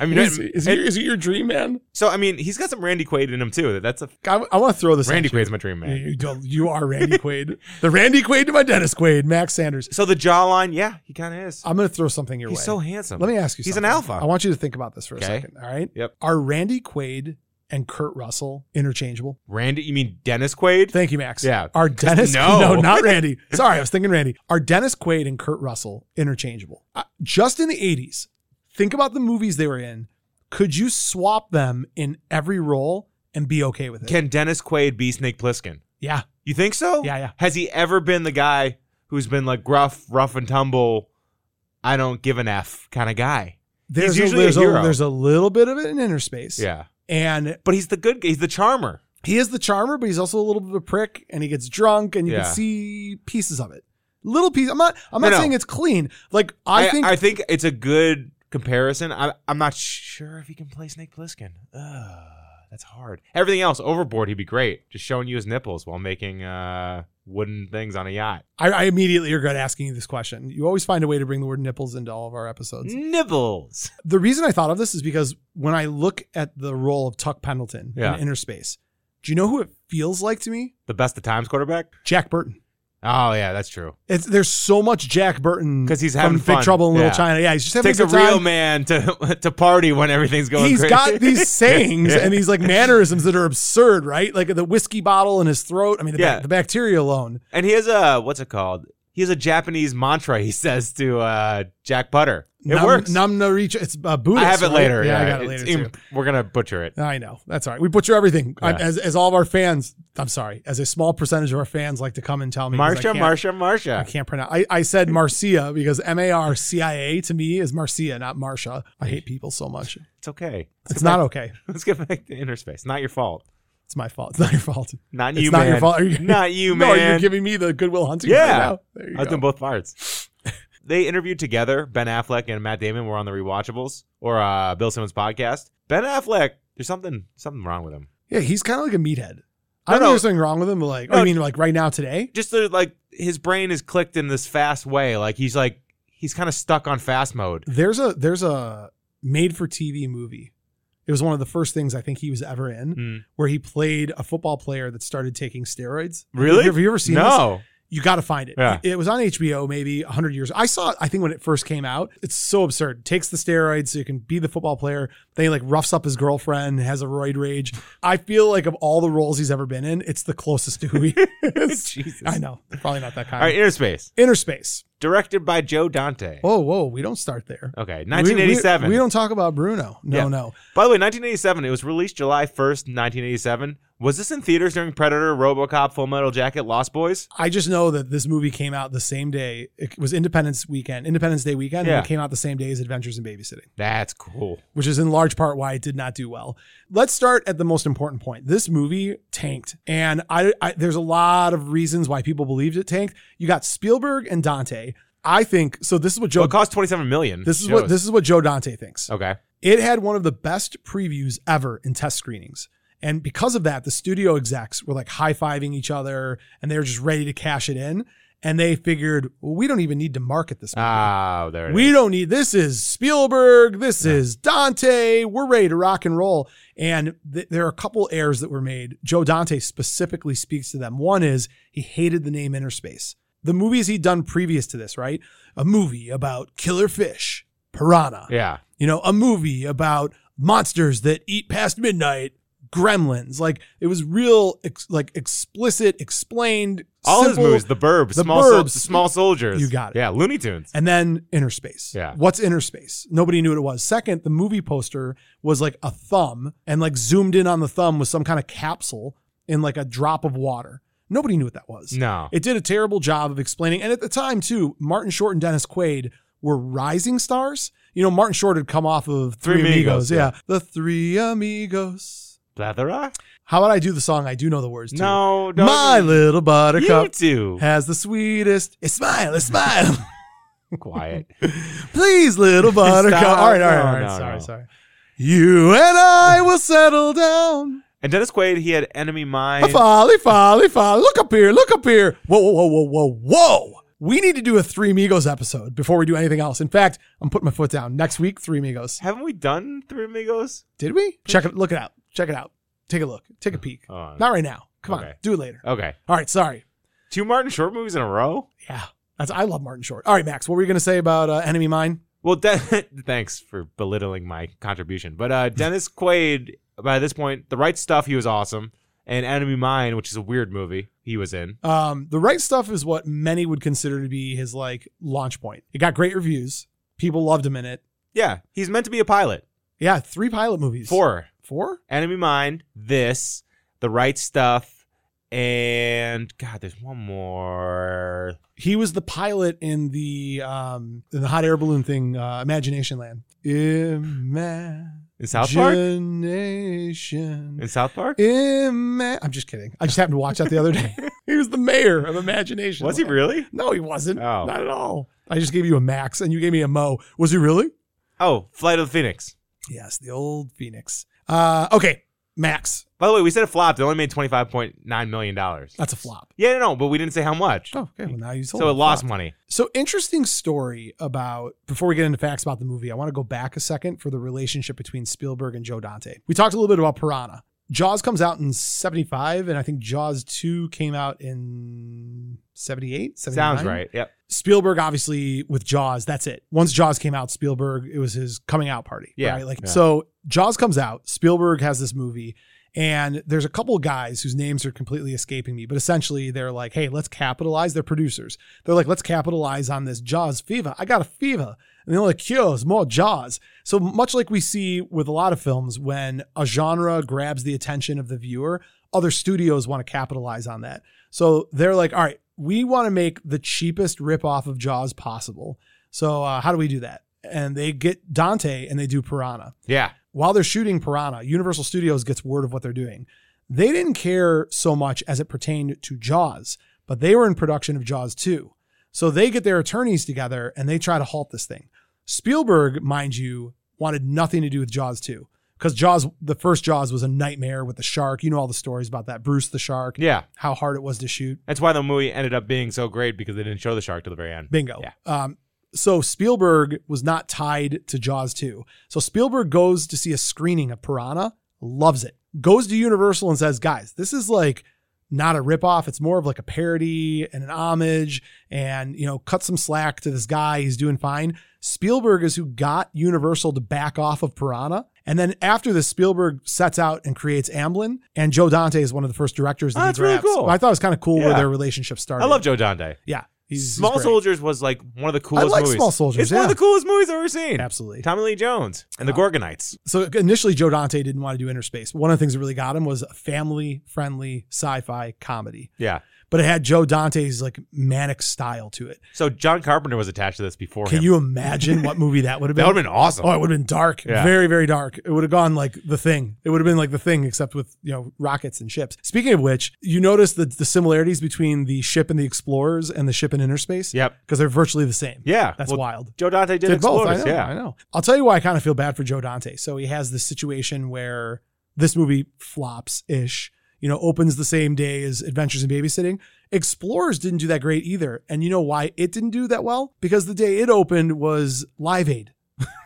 [SPEAKER 4] I mean,
[SPEAKER 2] Is,
[SPEAKER 4] and-
[SPEAKER 2] is, he, is he your dream man?
[SPEAKER 4] so I mean, he's got some Randy Quaid in him too. That- That's a
[SPEAKER 2] I, I want to throw this
[SPEAKER 4] Randy
[SPEAKER 2] at you.
[SPEAKER 4] Quaid's my dream man.
[SPEAKER 2] You, don't- you are Randy Quaid. The Randy Quaid to my Dennis Quaid, Max Sanders.
[SPEAKER 4] So the jawline, yeah, he kind of is.
[SPEAKER 2] I'm going to throw something your
[SPEAKER 4] He's
[SPEAKER 2] Oh, way.
[SPEAKER 4] so handsome.
[SPEAKER 2] Let me ask you
[SPEAKER 4] He's
[SPEAKER 2] something.
[SPEAKER 4] an alpha.
[SPEAKER 2] I want you to think about this for a
[SPEAKER 4] Okay.
[SPEAKER 2] second. All right.
[SPEAKER 4] Yep.
[SPEAKER 2] Are Randy Quaid and Kurt Russell interchangeable?
[SPEAKER 4] Randy, you mean Dennis Quaid?
[SPEAKER 2] Thank you, Max.
[SPEAKER 4] Yeah.
[SPEAKER 2] Are Dennis?
[SPEAKER 4] No.
[SPEAKER 2] no, not Randy. Sorry, I was thinking Randy. Are Dennis Quaid and Kurt Russell interchangeable? Uh, just in the '80s, think about the movies they were in. Could you swap them in every role and be okay with it?
[SPEAKER 4] Can Dennis Quaid be Snake Plissken?
[SPEAKER 2] yeah,
[SPEAKER 4] You think so?
[SPEAKER 2] Yeah, yeah.
[SPEAKER 4] Has he ever been the guy who's been like gruff, rough and tumble, I don't give an F kind of guy?
[SPEAKER 2] there's a,
[SPEAKER 4] usually a
[SPEAKER 2] there's
[SPEAKER 4] hero.
[SPEAKER 2] there's a little bit of it in Interspace.
[SPEAKER 4] Yeah.
[SPEAKER 2] and
[SPEAKER 4] But he's the good guy. He's the charmer.
[SPEAKER 2] he is the charmer, but he's also a little bit of a prick, and he gets drunk, and you
[SPEAKER 4] Yeah.
[SPEAKER 2] can see pieces of it. Little piece. I'm not. I'm not
[SPEAKER 4] No, no.
[SPEAKER 2] saying it's clean. Like I, think
[SPEAKER 4] I think it's a good comparison. I, I'm not sure if he can play Snake Plissken. Ugh, that's hard. Everything else, overboard, he'd be great. Just showing you his nipples while making uh, wooden things on a yacht.
[SPEAKER 2] I, I immediately regret asking you this question. You always find a way to bring the word nipples into all of our episodes.
[SPEAKER 4] Mm. Nipples.
[SPEAKER 2] The reason I thought of this is because when I look at the role of Tuck Pendleton
[SPEAKER 4] Yeah.
[SPEAKER 2] in Interspace, do you know who it feels like to me?
[SPEAKER 4] The best of times quarterback?
[SPEAKER 2] Jack Burton.
[SPEAKER 4] Oh, yeah, that's true.
[SPEAKER 2] It's, there's so much Jack Burton
[SPEAKER 4] 'Cause he's
[SPEAKER 2] from
[SPEAKER 4] having
[SPEAKER 2] Big
[SPEAKER 4] fun.
[SPEAKER 2] Trouble in
[SPEAKER 4] Yeah.
[SPEAKER 2] Little China. Yeah, he's just having
[SPEAKER 4] Takes
[SPEAKER 2] a
[SPEAKER 4] a
[SPEAKER 2] good time.
[SPEAKER 4] real man to to party when everything's going
[SPEAKER 2] He's
[SPEAKER 4] crazy.
[SPEAKER 2] got these sayings and these like mannerisms that are absurd, right? Like the whiskey bottle in his throat. I mean, the,
[SPEAKER 4] Yeah.
[SPEAKER 2] ba- the bacteria alone.
[SPEAKER 4] And he has a what's it called? He has a Japanese mantra he says to uh, Jack Putter. It
[SPEAKER 2] Num-
[SPEAKER 4] works.
[SPEAKER 2] Num no reach. It's uh,
[SPEAKER 4] I
[SPEAKER 2] Buddhist.
[SPEAKER 4] have it
[SPEAKER 2] right?
[SPEAKER 4] later.
[SPEAKER 2] Yeah,
[SPEAKER 4] Yeah,
[SPEAKER 2] I got it
[SPEAKER 4] It's
[SPEAKER 2] later. too.
[SPEAKER 4] im- We're gonna butcher it.
[SPEAKER 2] I know. That's all right. We butcher everything. I-
[SPEAKER 4] Yeah.
[SPEAKER 2] as, as all of our fans, I'm sorry, as a small percentage of our fans like to come and tell me. 'cause I
[SPEAKER 4] Marsha,
[SPEAKER 2] can't-
[SPEAKER 4] Marsha,
[SPEAKER 2] I
[SPEAKER 4] Marsha.
[SPEAKER 2] can't pronounce. I, I said Marcia because M A R C I A to me is Marcia, not Marsha. I hate people so much.
[SPEAKER 4] It's okay.
[SPEAKER 2] It's not okay.
[SPEAKER 4] Let's get back to inner space. Not your fault.
[SPEAKER 2] It's my fault. It's not your fault.
[SPEAKER 4] Not
[SPEAKER 2] It's
[SPEAKER 4] you,
[SPEAKER 2] not
[SPEAKER 4] man.
[SPEAKER 2] your fault. Are you-
[SPEAKER 4] Not you,
[SPEAKER 2] No,
[SPEAKER 4] man.
[SPEAKER 2] you're giving me the Goodwill Hunting.
[SPEAKER 4] Yeah.
[SPEAKER 2] Right now. There you
[SPEAKER 4] I was
[SPEAKER 2] go.
[SPEAKER 4] doing both parts. they interviewed together. Ben Affleck and Matt Damon were on the Rewatchables or uh, Bill Simmons podcast. Ben Affleck, there's something something wrong with him.
[SPEAKER 2] Yeah, he's kind of like a meathead. I
[SPEAKER 4] No,
[SPEAKER 2] don't know
[SPEAKER 4] no.
[SPEAKER 2] if there's something wrong with him, but like, oh,
[SPEAKER 4] No.
[SPEAKER 2] you mean like right now today?
[SPEAKER 4] Just the, like his brain is clicked in this fast way. Like he's like he's kind of stuck on fast mode.
[SPEAKER 2] There's a there's a made for TV movie. It was one of the first things I think he was ever in.
[SPEAKER 4] Hmm.
[SPEAKER 2] where he played a football player that started taking steroids.
[SPEAKER 4] Really?
[SPEAKER 2] Have you ever seen this?
[SPEAKER 4] no.
[SPEAKER 2] You got to find it.
[SPEAKER 4] Yeah.
[SPEAKER 2] It was on HBO maybe 100 years. I saw it, I think, when it first came out. It's so absurd. Takes the steroids so you can be the football player. Then he like roughs up his girlfriend, has a roid rage. I feel like of all the roles he's ever been in, it's the closest to who he is.
[SPEAKER 4] Jesus.
[SPEAKER 2] I know. Probably not that kind.
[SPEAKER 4] All right, Interspace,
[SPEAKER 2] Interspace.
[SPEAKER 4] directed by Joe Dante.
[SPEAKER 2] Whoa, whoa. We don't start there.
[SPEAKER 4] Okay,
[SPEAKER 2] Oh, We- we-
[SPEAKER 4] 1987.
[SPEAKER 2] We, don't talk about Bruno. No,
[SPEAKER 4] Yeah.
[SPEAKER 2] no.
[SPEAKER 4] By the way, 1987. It was released July 1st, 1987. Was this in theaters during Predator, RoboCop, Full Metal Jacket, Lost Boys?
[SPEAKER 2] I just know that this movie came out the same day. It was Independence weekend, Independence Day weekend,
[SPEAKER 4] Yeah.
[SPEAKER 2] and it came out the same day as Adventures in Babysitting,
[SPEAKER 4] That's cool.
[SPEAKER 2] which is in large part why it did not do well. Let's start at the most important point. This movie tanked, and I, I there's a lot of reasons why people believed it tanked. You got Spielberg and Dante. I think so. This is what Joe.
[SPEAKER 4] Well, it cost 27 million.
[SPEAKER 2] this is
[SPEAKER 4] Shows.
[SPEAKER 2] what this is what Joe Dante thinks.
[SPEAKER 4] Okay.
[SPEAKER 2] It had one of the best previews ever in test screenings. And because of that, the studio execs were like high fiving each other and they were just ready to cash it in. And they figured, well, we don't even need to market this. movie.
[SPEAKER 4] Ah, there it is.
[SPEAKER 2] we don't need this. Is Spielberg? This is Dante. We're ready to rock and roll. And th- there are a couple errors that were made. Joe Dante specifically speaks to them. One is he hated the name Interspace. The movies he'd done previous to this, right? A movie about killer fish, piranha,
[SPEAKER 4] Yeah.
[SPEAKER 2] you know, a movie about monsters that eat past midnight, gremlins. Like it was real, ex- like explicit, explained.
[SPEAKER 4] All
[SPEAKER 2] simple,
[SPEAKER 4] his movies, The Burbs,
[SPEAKER 2] The
[SPEAKER 4] Small Sol-
[SPEAKER 2] Burbs.
[SPEAKER 4] Small Soldiers.
[SPEAKER 2] You got it.
[SPEAKER 4] Yeah, Looney Tunes.
[SPEAKER 2] And then Interspace.
[SPEAKER 4] Yeah.
[SPEAKER 2] What's Interspace? Nobody knew what it was. Second, the movie poster was like a thumb and like zoomed in on the thumb with some kind of capsule in like a drop of water. Nobody knew what that was.
[SPEAKER 4] No.
[SPEAKER 2] It did a terrible job of explaining. And at the time, too, Martin Short and Dennis Quaid were rising stars. You know, Martin Short had come off of Three,
[SPEAKER 4] Three
[SPEAKER 2] Amigos.
[SPEAKER 4] Amigos,
[SPEAKER 2] Yeah. The Three Amigos.
[SPEAKER 4] Plethora?
[SPEAKER 2] How about I do the song? I do know the words, too.
[SPEAKER 4] No, don't.
[SPEAKER 2] My little
[SPEAKER 4] You
[SPEAKER 2] buttercup
[SPEAKER 4] too.
[SPEAKER 2] has the sweetest. A smile, a smile.
[SPEAKER 4] Quiet.
[SPEAKER 2] Please, little buttercup.
[SPEAKER 4] Stop.
[SPEAKER 2] All right, all right,
[SPEAKER 4] No,
[SPEAKER 2] all right.
[SPEAKER 4] no,
[SPEAKER 2] sorry,
[SPEAKER 4] no.
[SPEAKER 2] sorry. You and I will settle down.
[SPEAKER 4] And Dennis Quaid, he had Enemy
[SPEAKER 2] A
[SPEAKER 4] Mine.
[SPEAKER 2] folly, folly, folly. Look up here, look up here. Whoa, whoa, whoa, whoa, whoa, whoa. We need to do a Three Migos episode before we do anything else. In fact, I'm putting my foot down. Next week, Three Migos.
[SPEAKER 4] Haven't we done Three Amigos?
[SPEAKER 2] Did we? Check it. Look it out. Check it out. Take a look. Take a peek.
[SPEAKER 4] Oh.
[SPEAKER 2] Not right now. Come on.
[SPEAKER 4] Okay.
[SPEAKER 2] Do it later.
[SPEAKER 4] Okay.
[SPEAKER 2] All right. Sorry.
[SPEAKER 4] Two Martin Short movies in a row?
[SPEAKER 2] Yeah. That's. I love Martin Short. All right, Max. What were you gonna say about uh, Enemy Mine?
[SPEAKER 4] Well, De- thanks for belittling my contribution. But uh, Dennis Quaid by this point, The Right Stuff, he was awesome. And Enemy Mine, which is a weird movie he was in.
[SPEAKER 2] Um, the right stuff is what many would consider to be his like launch point. It got great reviews. People loved him in it.
[SPEAKER 4] Yeah, he's meant to be a pilot.
[SPEAKER 2] Yeah, three pilot movies.
[SPEAKER 4] Four.
[SPEAKER 2] Four?
[SPEAKER 4] Enemy Mine, this, The Right Stuff, and God, there's one more.
[SPEAKER 2] He was the pilot in the um in the hot air balloon thing, uh, Imagination Land. Imagination.
[SPEAKER 4] In South Park? In South Park?
[SPEAKER 2] Ima- I'm just kidding. I just happened to watch that the other day. he was the mayor of Imagination.
[SPEAKER 4] Was he
[SPEAKER 2] Land.
[SPEAKER 4] really?
[SPEAKER 2] No, he wasn't.
[SPEAKER 4] Oh.
[SPEAKER 2] Not at all. I just gave you a Max and you gave me a Mo. Was he really?
[SPEAKER 4] Oh, Flight of the Phoenix.
[SPEAKER 2] Yes, the old Phoenix. Uh, okay, Max.
[SPEAKER 4] By the way, we said it flopped. It only made $25.9 million. Yeah,
[SPEAKER 2] That's a flop.
[SPEAKER 4] no, no, but we didn't say how much.
[SPEAKER 2] Oh, okay. Well, now you sold
[SPEAKER 4] so it lost
[SPEAKER 2] Flop.
[SPEAKER 4] money.
[SPEAKER 2] So interesting story about before we get into facts about the movie, I want to go back a second for the relationship between Spielberg and Joe Dante. We talked a little bit about Piranha. Jaws comes out in 75 and I think Jaws 2 came out in 78, 79.
[SPEAKER 4] Sounds right. Yep.
[SPEAKER 2] Spielberg obviously with Jaws, that's it. Once Jaws came out, Spielberg it was his coming out party.
[SPEAKER 4] Yeah,
[SPEAKER 2] right? like
[SPEAKER 4] yeah.
[SPEAKER 2] so. Jaws comes out. Spielberg has this movie, and there's a couple of guys whose names are completely escaping me, but essentially they're like, "Hey, let's capitalize." They're producers. They're like, "Let's capitalize on this Jaws fever. I got a fever." And they're like, cures, more Jaws. So much like we see with a lot of films, when a genre grabs the attention of the viewer, other studios want to capitalize on that. So they're like, all right, we want to make the cheapest ripoff of Jaws possible. So uh, how do we do that? And they get Dante and they do Piranha.
[SPEAKER 4] Yeah.
[SPEAKER 2] While they're shooting Piranha, Universal Studios gets word of what they're doing. They didn't care so much as it pertained to Jaws, but they were in production of Jaws 2. So they get their attorneys together and they try to halt this thing. Spielberg, mind you, wanted nothing to do with Jaws 2 because Jaws, the first Jaws was a nightmare with the shark. You know all the stories about that. Bruce the shark,
[SPEAKER 4] Yeah.
[SPEAKER 2] how hard it was to shoot.
[SPEAKER 4] That's why the movie ended up being so great because they didn't show the shark till the very end.
[SPEAKER 2] Bingo.
[SPEAKER 4] Yeah.
[SPEAKER 2] Um, so Spielberg was not tied to Jaws 2. So Spielberg goes to see a screening of Piranha, loves it, goes to Universal and says, guys, this is like not a ripoff. It's more of like a parody and an homage and, you know, cut some slack to this guy. He's doing fine. Spielberg is who got Universal to back off of Piranha. And then after this, Spielberg sets out and creates Amblin. And Joe Dante is one of the first directors that
[SPEAKER 4] Oh,
[SPEAKER 2] he
[SPEAKER 4] that's really
[SPEAKER 2] grabs.
[SPEAKER 4] cool.
[SPEAKER 2] I thought it was kind of cool where
[SPEAKER 4] Yeah.
[SPEAKER 2] their relationship started.
[SPEAKER 4] I love Joe Dante.
[SPEAKER 2] Yeah. He's,
[SPEAKER 4] Small
[SPEAKER 2] he's great.
[SPEAKER 4] Soldiers was like one of the coolest
[SPEAKER 2] like
[SPEAKER 4] movies.
[SPEAKER 2] Small Soldiers,
[SPEAKER 4] It's one of
[SPEAKER 2] yeah.
[SPEAKER 4] the coolest movies I've ever seen.
[SPEAKER 2] Absolutely.
[SPEAKER 4] Tommy Lee Jones and the Gorgonites.
[SPEAKER 2] so initially Joe Dante didn't want to do inner space. One of the things that really got him was a family friendly sci-fi comedy.
[SPEAKER 4] Yeah.
[SPEAKER 2] But it had Joe Dante's like manic style to it.
[SPEAKER 4] So John Carpenter was attached to this before
[SPEAKER 2] Can
[SPEAKER 4] him.
[SPEAKER 2] you imagine what movie that would have
[SPEAKER 4] that
[SPEAKER 2] been?
[SPEAKER 4] would have been awesome.
[SPEAKER 2] Oh, it would have been dark.
[SPEAKER 4] Yeah.
[SPEAKER 2] Very, very dark. It would have gone like the thing. It would have been like the thing, except with, you know, rockets and ships. Speaking of which, you notice the, the similarities between the ship and the explorers and the ship in inner space?
[SPEAKER 4] Yep.
[SPEAKER 2] Because they're virtually the same.
[SPEAKER 4] Yeah.
[SPEAKER 2] That's
[SPEAKER 4] Well,
[SPEAKER 2] wild.
[SPEAKER 4] Joe Dante did,
[SPEAKER 2] did both. I
[SPEAKER 4] Explorers,
[SPEAKER 2] know,
[SPEAKER 4] yeah.
[SPEAKER 2] I know. I'll tell you why I kind of feel bad for Joe Dante. So he has this situation where this movie flops ish. You know, opens the same day as Adventures in Babysitting. Explorers didn't do that great either. And you know why it didn't do that well? Because the day it opened was Live Aid.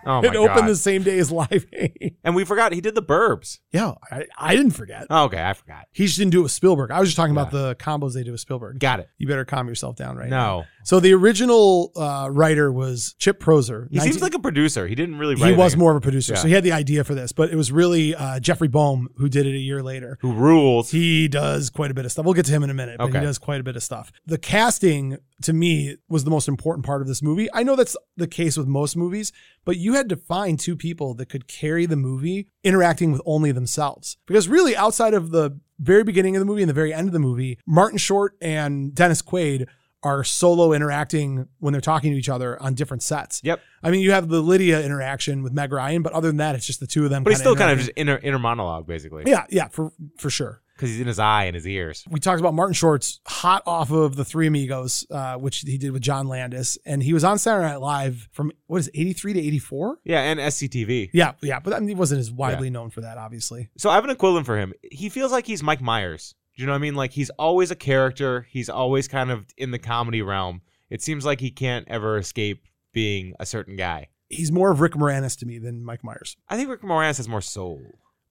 [SPEAKER 4] Oh my
[SPEAKER 2] it opened
[SPEAKER 4] God.
[SPEAKER 2] the same day as Live Aid.
[SPEAKER 4] and we forgot he did the Burbs.
[SPEAKER 2] yeah, I, I didn't forget.
[SPEAKER 4] Oh, okay, I forgot.
[SPEAKER 2] He just didn't do it with Spielberg. I was just talking about the combos they did with Spielberg.
[SPEAKER 4] Got it.
[SPEAKER 2] You better calm yourself down right now.
[SPEAKER 4] No,
[SPEAKER 2] So the original uh, writer was Chip Proser.
[SPEAKER 4] he seems like a producer. He didn't really. Write
[SPEAKER 2] he was
[SPEAKER 4] anything.
[SPEAKER 2] more of a producer,
[SPEAKER 4] Yeah.
[SPEAKER 2] so he had the idea for this. But it was really uh, Jeffrey Boehm who did it a year later.
[SPEAKER 4] Who rules?
[SPEAKER 2] He does quite a bit of stuff. We'll get to him in a minute, but he
[SPEAKER 4] Okay.
[SPEAKER 2] does quite a bit of stuff. The casting to me was the most important part of this movie. I know that's the case with most movies, but you had to find two people that could carry the movie interacting with only themselves. Because really, outside of the very beginning of the movie and the very end of the movie, Martin Short and Dennis Quaid are solo interacting when they're talking to each other on different sets.
[SPEAKER 4] Yep.
[SPEAKER 2] I mean, you have the Lydia interaction with Meg Ryan, but other than that, it's just the two of them.
[SPEAKER 4] but he's still kind of
[SPEAKER 2] interacting.
[SPEAKER 4] just inner inner monologue basically.
[SPEAKER 2] yeah, yeah, for for sure
[SPEAKER 4] because he's in his eye and his ears.
[SPEAKER 2] we talked about Martin Short's hot off of the Three Amigos, uh, which he did with John Landis, and he was on Saturday Night Live from what is it, eighty three to eighty four.
[SPEAKER 4] Yeah, and SCTV.
[SPEAKER 2] Yeah, yeah, but I mean, he wasn't as widely known for that, obviously.
[SPEAKER 4] So I have an equivalent for him. He feels like he's Mike Myers. Do you know what I mean? Like he's always a character. He's always kind of in the comedy realm. It seems like he can't ever escape being a certain guy.
[SPEAKER 2] He's more of Rick Moranis to me than Mike Myers.
[SPEAKER 4] I think Rick Moranis has more soul.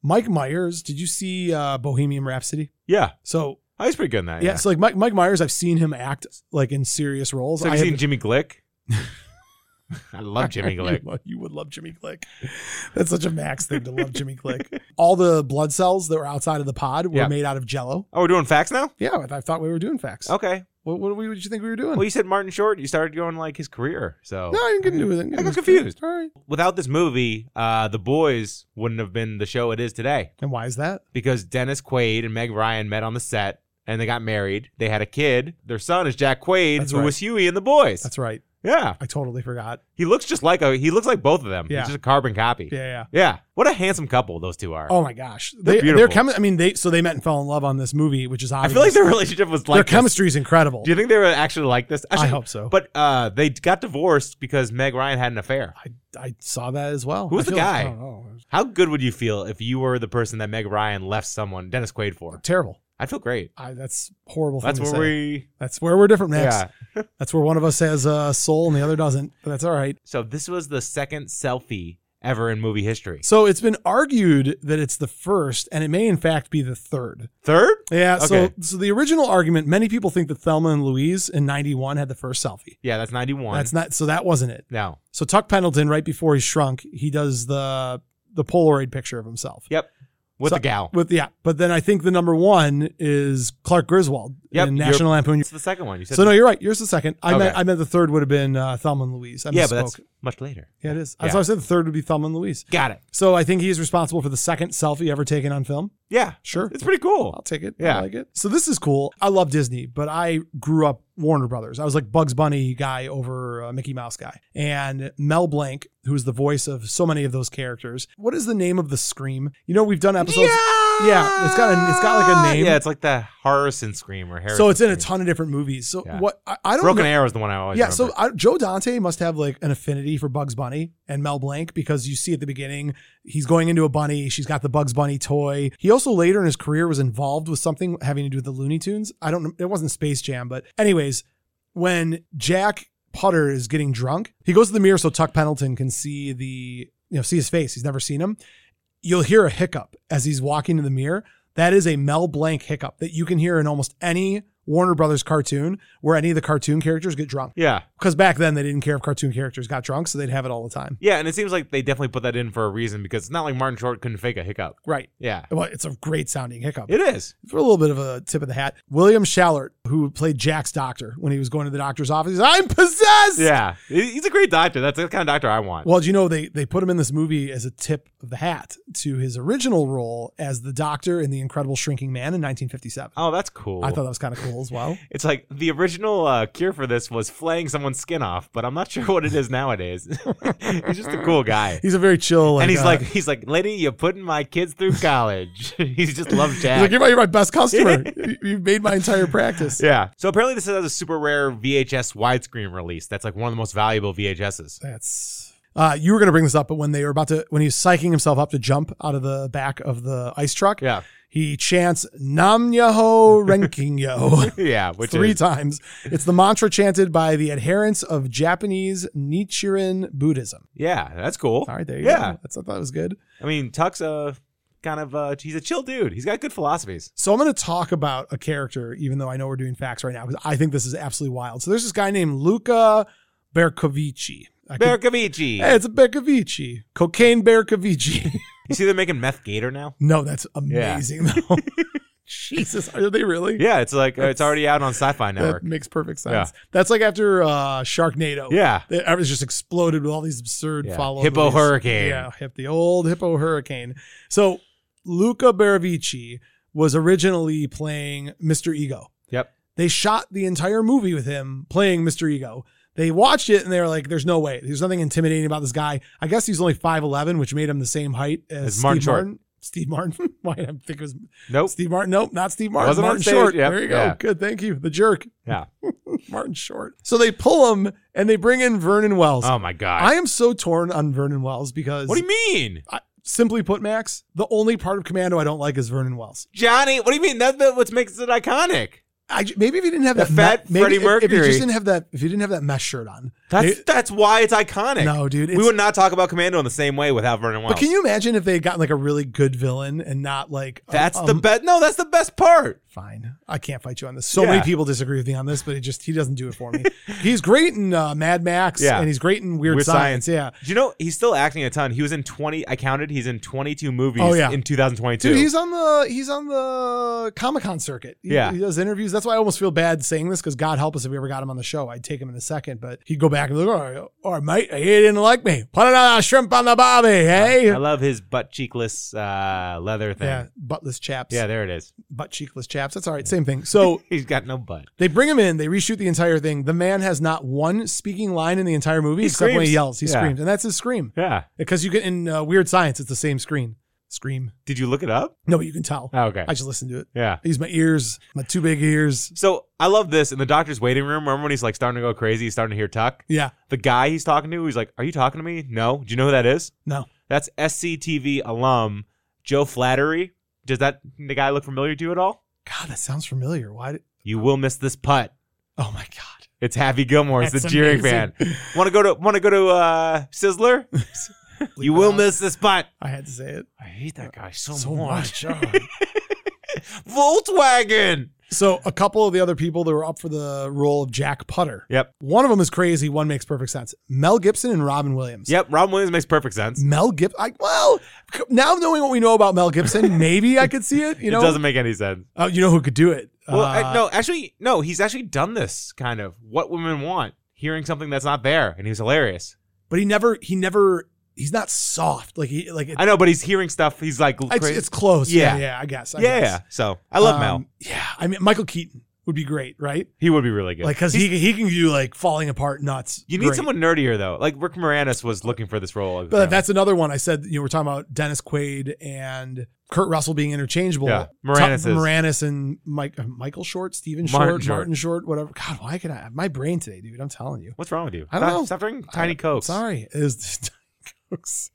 [SPEAKER 2] Mike Myers, did you see uh, Bohemian Rhapsody?
[SPEAKER 4] Yeah,
[SPEAKER 2] So
[SPEAKER 4] oh, he's pretty good in that.
[SPEAKER 2] yeah, so like Mike Mike Myers, I've seen him act like in serious roles.
[SPEAKER 4] So have
[SPEAKER 2] I
[SPEAKER 4] you seen
[SPEAKER 2] haven't-
[SPEAKER 4] Jimmy Glick? I love Jimmy Glick.
[SPEAKER 2] You, lo- you would love Jimmy Glick. That's such a Max thing to love Jimmy Glick. All the blood cells that were outside of the pod were
[SPEAKER 4] Yeah.
[SPEAKER 2] made out of jello.
[SPEAKER 4] Oh, we're doing facts now?
[SPEAKER 2] Yeah, I, I thought we were doing facts.
[SPEAKER 4] Okay.
[SPEAKER 2] What, what, do we- what did you think we were doing?
[SPEAKER 4] Well, you said Martin Short. You started going like his career. So
[SPEAKER 2] no, I didn't get into it. didn't get
[SPEAKER 4] I got
[SPEAKER 2] into it.
[SPEAKER 4] confused.
[SPEAKER 2] All right.
[SPEAKER 4] without this movie, uh, The Boys wouldn't have been the show it is today
[SPEAKER 2] And why is that?
[SPEAKER 4] because Dennis Quaid and Meg Ryan met on the set and they got married. They had a kid. Their son is Jack Quaid,
[SPEAKER 2] That's
[SPEAKER 4] who
[SPEAKER 2] right.
[SPEAKER 4] was Huey in The Boys.
[SPEAKER 2] That's right.
[SPEAKER 4] yeah,
[SPEAKER 2] I totally forgot.
[SPEAKER 4] he looks just like a he looks like both of them.
[SPEAKER 2] Yeah.
[SPEAKER 4] He's just a carbon copy.
[SPEAKER 2] Yeah, yeah.
[SPEAKER 4] Yeah. what a handsome couple those two are.
[SPEAKER 2] Oh my gosh,
[SPEAKER 4] They're
[SPEAKER 2] they, their
[SPEAKER 4] beautiful.
[SPEAKER 2] chemi- I mean, they so they met and fell in love on this movie, which is
[SPEAKER 4] I
[SPEAKER 2] obvious.
[SPEAKER 4] feel like their relationship was
[SPEAKER 2] their
[SPEAKER 4] like this.
[SPEAKER 2] chemistry is incredible.
[SPEAKER 4] Do you think they were actually like this?
[SPEAKER 2] I
[SPEAKER 4] Actually,
[SPEAKER 2] hope so.
[SPEAKER 4] But uh, they got divorced because Meg Ryan had an affair.
[SPEAKER 2] I, I saw that as well.
[SPEAKER 4] Who's
[SPEAKER 2] I
[SPEAKER 4] the
[SPEAKER 2] feel like-
[SPEAKER 4] guy?
[SPEAKER 2] I don't know. It was
[SPEAKER 4] How good would you feel if you were the person that Meg Ryan left someone, Dennis Quaid, for?
[SPEAKER 2] Terrible.
[SPEAKER 4] I'd feel great.
[SPEAKER 2] I, that's a horrible. Thing
[SPEAKER 4] That's
[SPEAKER 2] to
[SPEAKER 4] where
[SPEAKER 2] say.
[SPEAKER 4] we.
[SPEAKER 2] That's where we're different, Max.
[SPEAKER 4] Yeah.
[SPEAKER 2] That's where one of us has a soul and the other doesn't. But that's all right.
[SPEAKER 4] So this was the second selfie ever in movie history.
[SPEAKER 2] So it's been argued that it's the first, and it may in fact be the third.
[SPEAKER 4] Third?
[SPEAKER 2] Yeah.
[SPEAKER 4] Okay.
[SPEAKER 2] So so the original argument, many people think that Thelma and Louise in '91 had the first selfie.
[SPEAKER 4] Yeah, that's 91.
[SPEAKER 2] That's not. So that wasn't it.
[SPEAKER 4] no.
[SPEAKER 2] So Tuck Pendleton, right before he's shrunk, he does the the Polaroid picture of himself.
[SPEAKER 4] Yep. With
[SPEAKER 2] So-
[SPEAKER 4] the gal.
[SPEAKER 2] With yeah, but then I think the number one is Clark Griswold
[SPEAKER 4] Yep,
[SPEAKER 2] in
[SPEAKER 4] you're-
[SPEAKER 2] National Lampoon.
[SPEAKER 4] It's the second one. You said
[SPEAKER 2] So no, you're right. Yours the second. I meant
[SPEAKER 4] Okay.
[SPEAKER 2] I meant the third would have been uh, Thelma and Louise. I
[SPEAKER 4] Yeah,
[SPEAKER 2] misspoke.
[SPEAKER 4] but that's much later.
[SPEAKER 2] yeah, it is.
[SPEAKER 4] Yeah.
[SPEAKER 2] So I said the third would be Thelma and Louise.
[SPEAKER 4] Got it.
[SPEAKER 2] So I think he's responsible for the second selfie ever taken on film.
[SPEAKER 4] Yeah.
[SPEAKER 2] Sure.
[SPEAKER 4] It's pretty
[SPEAKER 2] I'll
[SPEAKER 4] cool.
[SPEAKER 2] take it. I
[SPEAKER 4] Yeah.
[SPEAKER 2] like it. So this is cool. I love Disney, but I grew up Warner Brothers. I was like Bugs Bunny guy over uh, Mickey Mouse guy. And Mel Blanc, who's the voice of so many of those characters. What is the name of the scream? You know, we've done episodes. Yeah, it's got a- it's got like a name.
[SPEAKER 4] Yeah, it's like the Harrison scream or Harrison.
[SPEAKER 2] so it's in a
[SPEAKER 4] Scream.
[SPEAKER 2] ton of different movies. So
[SPEAKER 4] Yeah.
[SPEAKER 2] what I, I don't
[SPEAKER 4] Broken
[SPEAKER 2] know.
[SPEAKER 4] Arrow is the one I always
[SPEAKER 2] Yeah, so
[SPEAKER 4] remember.
[SPEAKER 2] I, Joe Dante must have like an affinity for Bugs Bunny and Mel Blanc because you see at the beginning he's going into a bunny. She's got the Bugs Bunny toy. He also later in his career was involved with something having to do with the Looney Tunes. I don't. know. It wasn't Space Jam, but anyways, when Jack Putter is getting drunk, he goes to the mirror so Tuck Pendleton can see the you know see his face. He's never seen him. You'll hear a hiccup as he's walking to the mirror. That is a Mel Blanc hiccup that you can hear in almost any Warner Brothers cartoon where any of the cartoon characters get drunk
[SPEAKER 4] yeah.
[SPEAKER 2] because back then they didn't care if cartoon characters got drunk, so they'd have it all the time.
[SPEAKER 4] Yeah, and it seems like they definitely put that in for a reason because it's not like Martin Short couldn't fake a hiccup.
[SPEAKER 2] Right.
[SPEAKER 4] Yeah.
[SPEAKER 2] Well, it's a great sounding hiccup.
[SPEAKER 4] It is.
[SPEAKER 2] for a little bit of a tip of the hat. William Shallert, who played Jack's doctor when he was going to the doctor's office, he's, I'm possessed.
[SPEAKER 4] Yeah. He- He's a great doctor. That's the kind of doctor I want.
[SPEAKER 2] Well, do you know they they put him in this movie as a tip of the hat to his original role as the doctor in The Incredible Shrinking Man in 1957.
[SPEAKER 4] oh, that's cool.
[SPEAKER 2] I thought that was kind of cool as well.
[SPEAKER 4] It's like the original uh, cure for this was flaying someone's skin off, but I'm not sure what it is nowadays. he's just a cool guy.
[SPEAKER 2] He's a very chill,
[SPEAKER 4] and he's
[SPEAKER 2] uh,
[SPEAKER 4] like, he's like, lady, you're putting my kids through college. he's just loves
[SPEAKER 2] he's
[SPEAKER 4] Jack.
[SPEAKER 2] like, you're my, you're my best customer. You- You've made my entire practice.
[SPEAKER 4] yeah. So apparently, this has a super rare VHS widescreen release. That's like one of the most valuable VHSs.
[SPEAKER 2] That's uh, you were going to bring this up, but when they were about to, when he was psyching himself up to jump out of the back of the ice truck,
[SPEAKER 4] Yeah.
[SPEAKER 2] he chants "Nam Yaho Renking Yo"
[SPEAKER 4] Yeah. Which
[SPEAKER 2] three
[SPEAKER 4] is
[SPEAKER 2] times. It's the mantra chanted by the adherents of Japanese Nichiren Buddhism.
[SPEAKER 4] yeah, that's cool.
[SPEAKER 2] All right, there you
[SPEAKER 4] yeah.
[SPEAKER 2] go. That's I thought it was good.
[SPEAKER 4] I mean, Tuck's a kind of uh, he's a chill dude. He's got good philosophies.
[SPEAKER 2] So I'm going to talk about a character, even though I know we're doing facts right now, because I think this is absolutely wild. So there's this guy named Luca Berkovici. I could-
[SPEAKER 4] Berkovici.
[SPEAKER 2] Hey, it's a Berkovici. Cocaine Berkovici.
[SPEAKER 4] You see, they're making meth gator now.
[SPEAKER 2] No, that's amazing though. Jesus, are they really?
[SPEAKER 4] Yeah, it's like uh, it's already out on Sci-Fi Network.
[SPEAKER 2] That makes perfect sense. That's like after uh Sharknado.
[SPEAKER 4] Yeah.
[SPEAKER 2] It- Everything's just exploded with all these absurd
[SPEAKER 4] Yeah.
[SPEAKER 2] follow
[SPEAKER 4] Hippo Hurricane.
[SPEAKER 2] Yeah, hip the old hippo hurricane. So Luca Baravici was originally playing Mr. Ego.
[SPEAKER 4] Yep.
[SPEAKER 2] They shot the entire movie with him playing Mr. Ego. They watched it and they were like, there's no way. There's nothing intimidating about this guy. I guess he's only 5'11, which made him the same height as,
[SPEAKER 4] As Martin
[SPEAKER 2] Steve
[SPEAKER 4] Short.
[SPEAKER 2] Martin. Steve Martin. Why I think it was
[SPEAKER 4] Nope.
[SPEAKER 2] Steve Martin. Nope, not Steve Martin.
[SPEAKER 4] Wasn't on
[SPEAKER 2] Martin
[SPEAKER 4] stage,
[SPEAKER 2] Short.
[SPEAKER 4] yep,
[SPEAKER 2] There you go.
[SPEAKER 4] yeah.
[SPEAKER 2] Good. Thank you. The jerk.
[SPEAKER 4] Yeah.
[SPEAKER 2] Martin Short. So they pull him and they bring in Vernon Wells.
[SPEAKER 4] Oh my god.
[SPEAKER 2] I am so torn on Vernon Wells because
[SPEAKER 4] what do you mean,
[SPEAKER 2] I, simply put, Max, the only part of Commando I don't like is Vernon Wells.
[SPEAKER 4] Johnny? What do you mean? That's the- what makes it iconic.
[SPEAKER 2] I, j- maybe if he didn't have
[SPEAKER 4] The
[SPEAKER 2] that me-
[SPEAKER 4] fat
[SPEAKER 2] maybe
[SPEAKER 4] Freddie
[SPEAKER 2] if- If he
[SPEAKER 4] Mercury.
[SPEAKER 2] just didn't have that, if he didn't have that mesh shirt on,
[SPEAKER 4] That's
[SPEAKER 2] They-
[SPEAKER 4] that's why it's iconic.
[SPEAKER 2] No, dude,
[SPEAKER 4] we
[SPEAKER 2] it's-
[SPEAKER 4] would not talk about Commando in the same way without Vernon Wells.
[SPEAKER 2] But can you imagine if they had gotten like a really good villain and not like a-
[SPEAKER 4] That's
[SPEAKER 2] um,
[SPEAKER 4] the best. No, that's the best part.
[SPEAKER 2] Fine, I can't fight you on this. So
[SPEAKER 4] Yeah.
[SPEAKER 2] many people disagree with me on this, but it just he doesn't do it for me. he's great in uh, Mad Max,
[SPEAKER 4] Yeah.
[SPEAKER 2] and he's great in Weird,
[SPEAKER 4] Weird
[SPEAKER 2] Science.
[SPEAKER 4] Science.
[SPEAKER 2] Yeah,
[SPEAKER 4] Do you know he's still acting a ton? He was in twenty. I counted. He's in twenty-two movies.
[SPEAKER 2] Oh, yeah.
[SPEAKER 4] in 2022.
[SPEAKER 2] Dude, he's on the he's on the Comic Con circuit. He,
[SPEAKER 4] Yeah.
[SPEAKER 2] he does interviews. That's why I almost feel bad saying this because God help us if we ever got him on the show, I'd take him in a second. But he'd go back and be like, all right, all right mate, he didn't like me. Put another shrimp on the bobby, hey?
[SPEAKER 4] I love his butt cheekless uh, leather thing.
[SPEAKER 2] yeah,
[SPEAKER 4] Yeah.
[SPEAKER 2] buttless chaps,
[SPEAKER 4] there it is.
[SPEAKER 2] butt cheekless chaps. That's all right, same thing. So
[SPEAKER 4] He's got no butt.
[SPEAKER 2] they bring him in, they reshoot the entire thing. The man has not one speaking line in the entire movie
[SPEAKER 4] He
[SPEAKER 2] except when
[SPEAKER 4] screams.
[SPEAKER 2] he yells. He
[SPEAKER 4] Yeah.
[SPEAKER 2] screams, and that's his scream
[SPEAKER 4] Yeah.
[SPEAKER 2] because you get in uh, Weird Science, it's the same screen scream.
[SPEAKER 4] Did you look it up?
[SPEAKER 2] No, you can tell.
[SPEAKER 4] Oh, okay.
[SPEAKER 2] I just listened to it.
[SPEAKER 4] yeah.
[SPEAKER 2] I use my ears, my two big ears.
[SPEAKER 4] So I love this in the doctor's waiting room. Remember when he's like starting to go crazy? He's starting to hear Tuck.
[SPEAKER 2] Yeah.
[SPEAKER 4] The guy he's talking to, he's like, "Are you talking to me? No. Do you know who that is?
[SPEAKER 2] No.
[SPEAKER 4] That's SCTV alum Joe Flattery. Does that the guy look familiar to you at all?
[SPEAKER 2] God, that sounds familiar. Why? Did,
[SPEAKER 4] You will miss this putt.
[SPEAKER 2] oh my God.
[SPEAKER 4] It's Happy Gilmore. It's Oh, the
[SPEAKER 2] That's
[SPEAKER 4] cheering
[SPEAKER 2] amazing.
[SPEAKER 4] fan. Want to go to want to go to uh, Sizzler? you
[SPEAKER 2] it
[SPEAKER 4] will
[SPEAKER 2] out.
[SPEAKER 4] miss this spot.
[SPEAKER 2] I had to say it
[SPEAKER 4] I hate that guy so,
[SPEAKER 2] so
[SPEAKER 4] much.
[SPEAKER 2] much. Oh.
[SPEAKER 4] Volkswagen.
[SPEAKER 2] so a couple of the other people that were up for the role of Jack Putter.
[SPEAKER 4] Yep.
[SPEAKER 2] One of them is crazy. One makes perfect sense. Mel Gibson and Robin Williams.
[SPEAKER 4] Yep. Rob Williams makes perfect sense.
[SPEAKER 2] Mel Gibson. I, well, c- now knowing what we know about Mel Gibson, maybe I could see it. You know,
[SPEAKER 4] it doesn't make any sense.
[SPEAKER 2] Oh, you know who could do it?
[SPEAKER 4] Well,
[SPEAKER 2] Uh,
[SPEAKER 4] I, no, actually, no. He's actually done this kind of what women want, hearing something that's not there, and he's hilarious.
[SPEAKER 2] But he never. He never. He's not soft. Like he. Like it,
[SPEAKER 4] I know, but he's hearing stuff. He's like,
[SPEAKER 2] it's,
[SPEAKER 4] crazy.
[SPEAKER 2] it's close. Yeah.
[SPEAKER 4] Yeah.
[SPEAKER 2] yeah. I guess. I
[SPEAKER 4] yeah,
[SPEAKER 2] guess.
[SPEAKER 4] yeah. So I love
[SPEAKER 2] Um,
[SPEAKER 4] Mel.
[SPEAKER 2] Yeah. I mean, Michael Keaton would be great, right?
[SPEAKER 4] He would be really good.
[SPEAKER 2] Like 'cause Like, cause he he can do like falling apart nuts.
[SPEAKER 4] you need
[SPEAKER 2] Great.
[SPEAKER 4] someone nerdier though. Like Rick Moranis was looking for this role.
[SPEAKER 2] But that's another one. I said you know we're talking about Dennis Quaid and Kurt Russell being interchangeable.
[SPEAKER 4] Yeah,
[SPEAKER 2] Moranis,
[SPEAKER 4] Moranis is.
[SPEAKER 2] Moranis and Mike, uh, Michael Short, Steven Short,
[SPEAKER 4] Martin
[SPEAKER 2] Martin Short,
[SPEAKER 4] Short.
[SPEAKER 2] whatever. God, why can I? My brain today, dude. I'm telling you.
[SPEAKER 4] What's wrong with you?
[SPEAKER 2] I don't
[SPEAKER 4] Stop-
[SPEAKER 2] know.
[SPEAKER 4] Stop drinking tiny cokes.
[SPEAKER 2] Sorry, is Cokes.